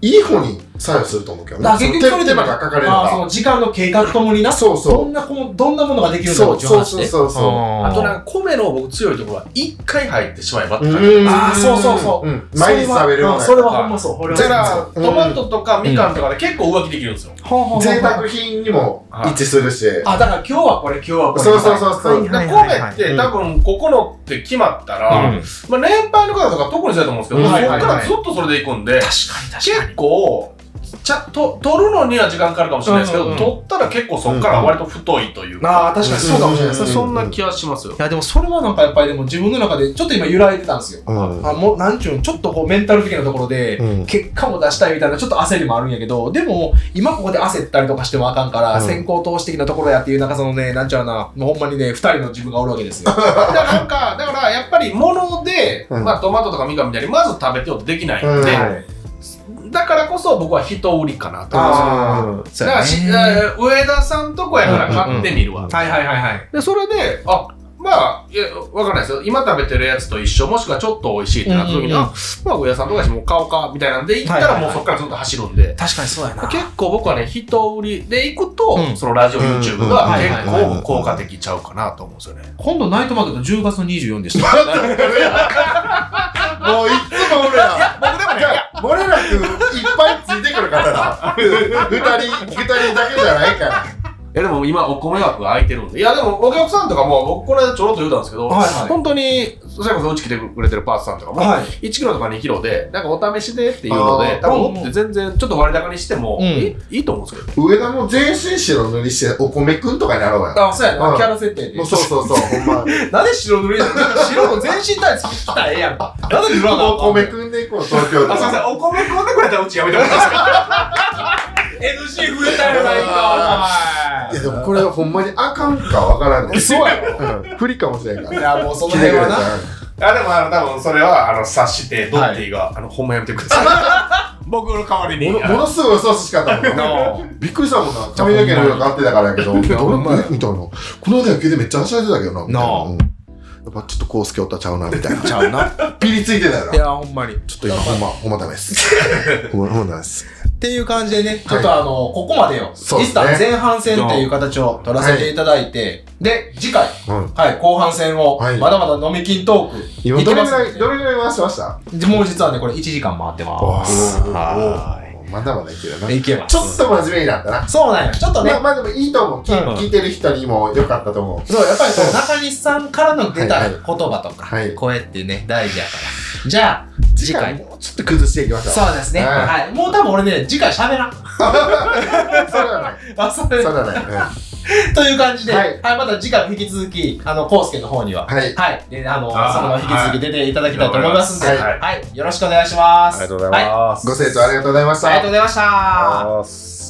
S2: いい方に作用すると思うけどね。
S1: だから結局それ
S2: 手
S1: で
S2: 手間がかかれる
S1: ああ、そ
S2: か
S1: の時間の計画ともにな、
S2: ら。そう
S1: ど
S2: そ
S1: んなこ、どんなものができ
S2: う。
S1: るんだろ
S2: そうう
S1: っていう
S2: そう
S1: 話で。
S2: そうそうそう。
S3: あとなんか米の僕強いところは一回入ってしまえばって
S2: う
S3: 感じ
S2: ーん
S1: あーそうそうそ
S2: うん毎日食べるよう
S1: うん
S2: な
S1: それはほんまそう。俺は
S2: ゼラうん
S3: トマトとかみかんとかで結構浮気できるんですよ。
S1: ほんほんほん
S2: 贅沢品にも一致するし。
S1: あ、だから今日はこれ、今日はこれ。
S2: そうそうそうそう。
S3: だから米って多分ここのって決まったら、まあ年配の方とか特にそうやと思うんですけど、
S2: うん
S3: そこ
S2: はい
S3: か
S2: はい
S3: ら
S2: はい
S3: ずっとそれでいくんで、
S1: 確かに確かに。
S3: 結構、ちゃと取るのには時間かかるかもしれないですけど、
S1: うんうんうん
S3: 取ったら結構そこから割と太いというか、
S1: ああ、確かにそうかもしれない。
S2: うん
S1: い
S3: そんな気はしますよ。
S1: や、でもそれはなんかやっぱりでも自分の中でちょっと今揺らいでたんですよ。
S2: うん
S1: あもうなんちゅうの、ちょっとこうメンタル的なところで、
S2: うん
S1: 結果も出したいみたいなちょっと焦りもあるんやけど、でも今ここで焦ったりとかしてもあかんから、
S2: うん
S1: 先行投資的なところやっていう、なんかそのね、なんちゃうな、もうほんまにね、二人の自分がおるわけ ですよ。
S3: だからなんか、だからやっぱり物で、
S2: うん
S3: まあトマトとかみかんみたいにまず食べてよってできないん
S2: うん
S3: で、だからこそ僕は人売りかなと思いま
S1: そ
S2: あー
S3: す。
S1: う
S3: だか
S1: や
S3: ら
S1: ね
S3: し、えー上田さんとこやから買ってみるわ。
S1: はいはいはいはい。
S3: で、それで、あ、まあ、いや、わかんないですよ。今食べてるやつと一緒、もしくはちょっと美味しいってなった時に、
S1: うんうんうん
S3: あ、まあ、上田さんとかやしもう買おうか、みたいなんで、行った
S1: はいは
S3: ら
S1: いはい
S3: もうそこからずっと走るんで。
S1: 確かにそうやな。
S3: 結構僕はね、人売りで行くと、
S1: うん
S3: そのラジオ、
S2: うん
S3: YouTube
S2: うん
S3: が
S1: はい
S3: 結
S1: はい
S2: はい
S3: 構効果的ちゃうかなと思うんですよね。
S1: 今度ナイトマーケット10月の24でした。
S2: もういっつも俺ら。僕でもね、モレラ君いっぱいついてくるからな。二人、二人だけじゃないから。
S3: えでも今お米枠が空いてるんでいやでもお客さんとかも僕この間ちょろっと言うたんですけど、
S1: はいはい
S3: 本当にそれこそうち来てくれてるパーツさんとかも、
S1: はい。
S3: 1キロとか2キロでなんかお試しでっていうので
S2: あー
S3: 多分持って全然ちょっと割高にしても、
S1: うん
S3: いいいいと思うんですけど
S2: 上田も全身白塗りして、お米くんとかになろうや。
S1: あ、そうや
S2: う
S1: な。
S2: ん
S1: キャラ設定で
S2: もう。そうそうそう、ほんま。
S1: なんで白塗り白の全身タイツ着たらええやんか。なんで塗らなあかん
S2: お米くんでいこう、東京で。
S3: んお米食わなくなったらうちやめてもらっていいですか
S1: NC 増えたやないか、
S2: いやでもこれほんまにあかんかわからんね。
S1: そうやろ
S2: うん。不利かもしれんか
S1: お前。い
S2: ら。
S1: や、もうその
S2: 来て
S1: 辺
S2: くれ
S1: は
S2: た
S1: な。
S2: ら。
S3: あでもあの多分それはあの察してドッティが、あのほんまやめてください 僕の代わりに
S2: ものものすごい嘘しかったもんな。びっくりしたもんな。髪の毛の色変わってたからやけど、どれみたいな。この間野球でめっちゃはしゃいでたけどな。みたい
S1: なあ
S2: うんやっぱちょっとコースケおったらちゃうな、みたいな。
S1: ちゃうな。
S2: ピリついてたよな。
S1: い
S2: ちょ
S1: や、ほんまに。っ
S2: っと今ほんま、ほんまダメ です。ほんま、ほんまダメです。
S1: ていう感じでね、ちょっとあの、ここまでよ。
S2: そう
S1: 一
S2: ですね
S1: 旦前半戦っていう形を取らせていただいて、で、次回、
S2: うん。
S1: はい、後半戦を、
S2: はい
S1: まだまだ飲み金トーク、
S2: 今
S1: い
S2: ど
S1: け
S2: れ
S1: ま
S2: ぐ
S1: す
S2: らい、どれぐらい回してました
S1: もう実はね、これ1時間回ってま
S2: はい。おーまだまだいけるな。
S1: す。いけます。
S2: ちょっと真面目になったな。
S1: そうなんや。ちょっとね
S2: まあ、まあでもいいと思う。き
S1: うん
S2: 聞いてる人にも良かったと思う。
S1: そう、やっぱりこう中西さんからの出た言葉とか、
S2: はいはい
S1: 声ってね、大事やから。じゃあ、次回。
S2: もうちょっと崩していきましょう。
S1: そうですね。
S2: うん
S1: はい。もう多分俺ね、次回喋らん。
S2: そうだね。
S1: あ、それ
S2: そうだね。うん
S1: という感じで、は
S2: はいい、
S1: また次回も引き続き、あの、コウスケの方には、は
S2: はい
S1: い、。であの、そ
S3: あー
S1: のまま引き続き出ていただきたいと思いますんで、は、
S2: はいい
S1: はいよろしくお願いします。
S4: りがとうございます。
S2: ご清聴ありがとうございまし
S1: はいありがとうご。
S2: た
S1: ざいました。
S4: ありがとうございます。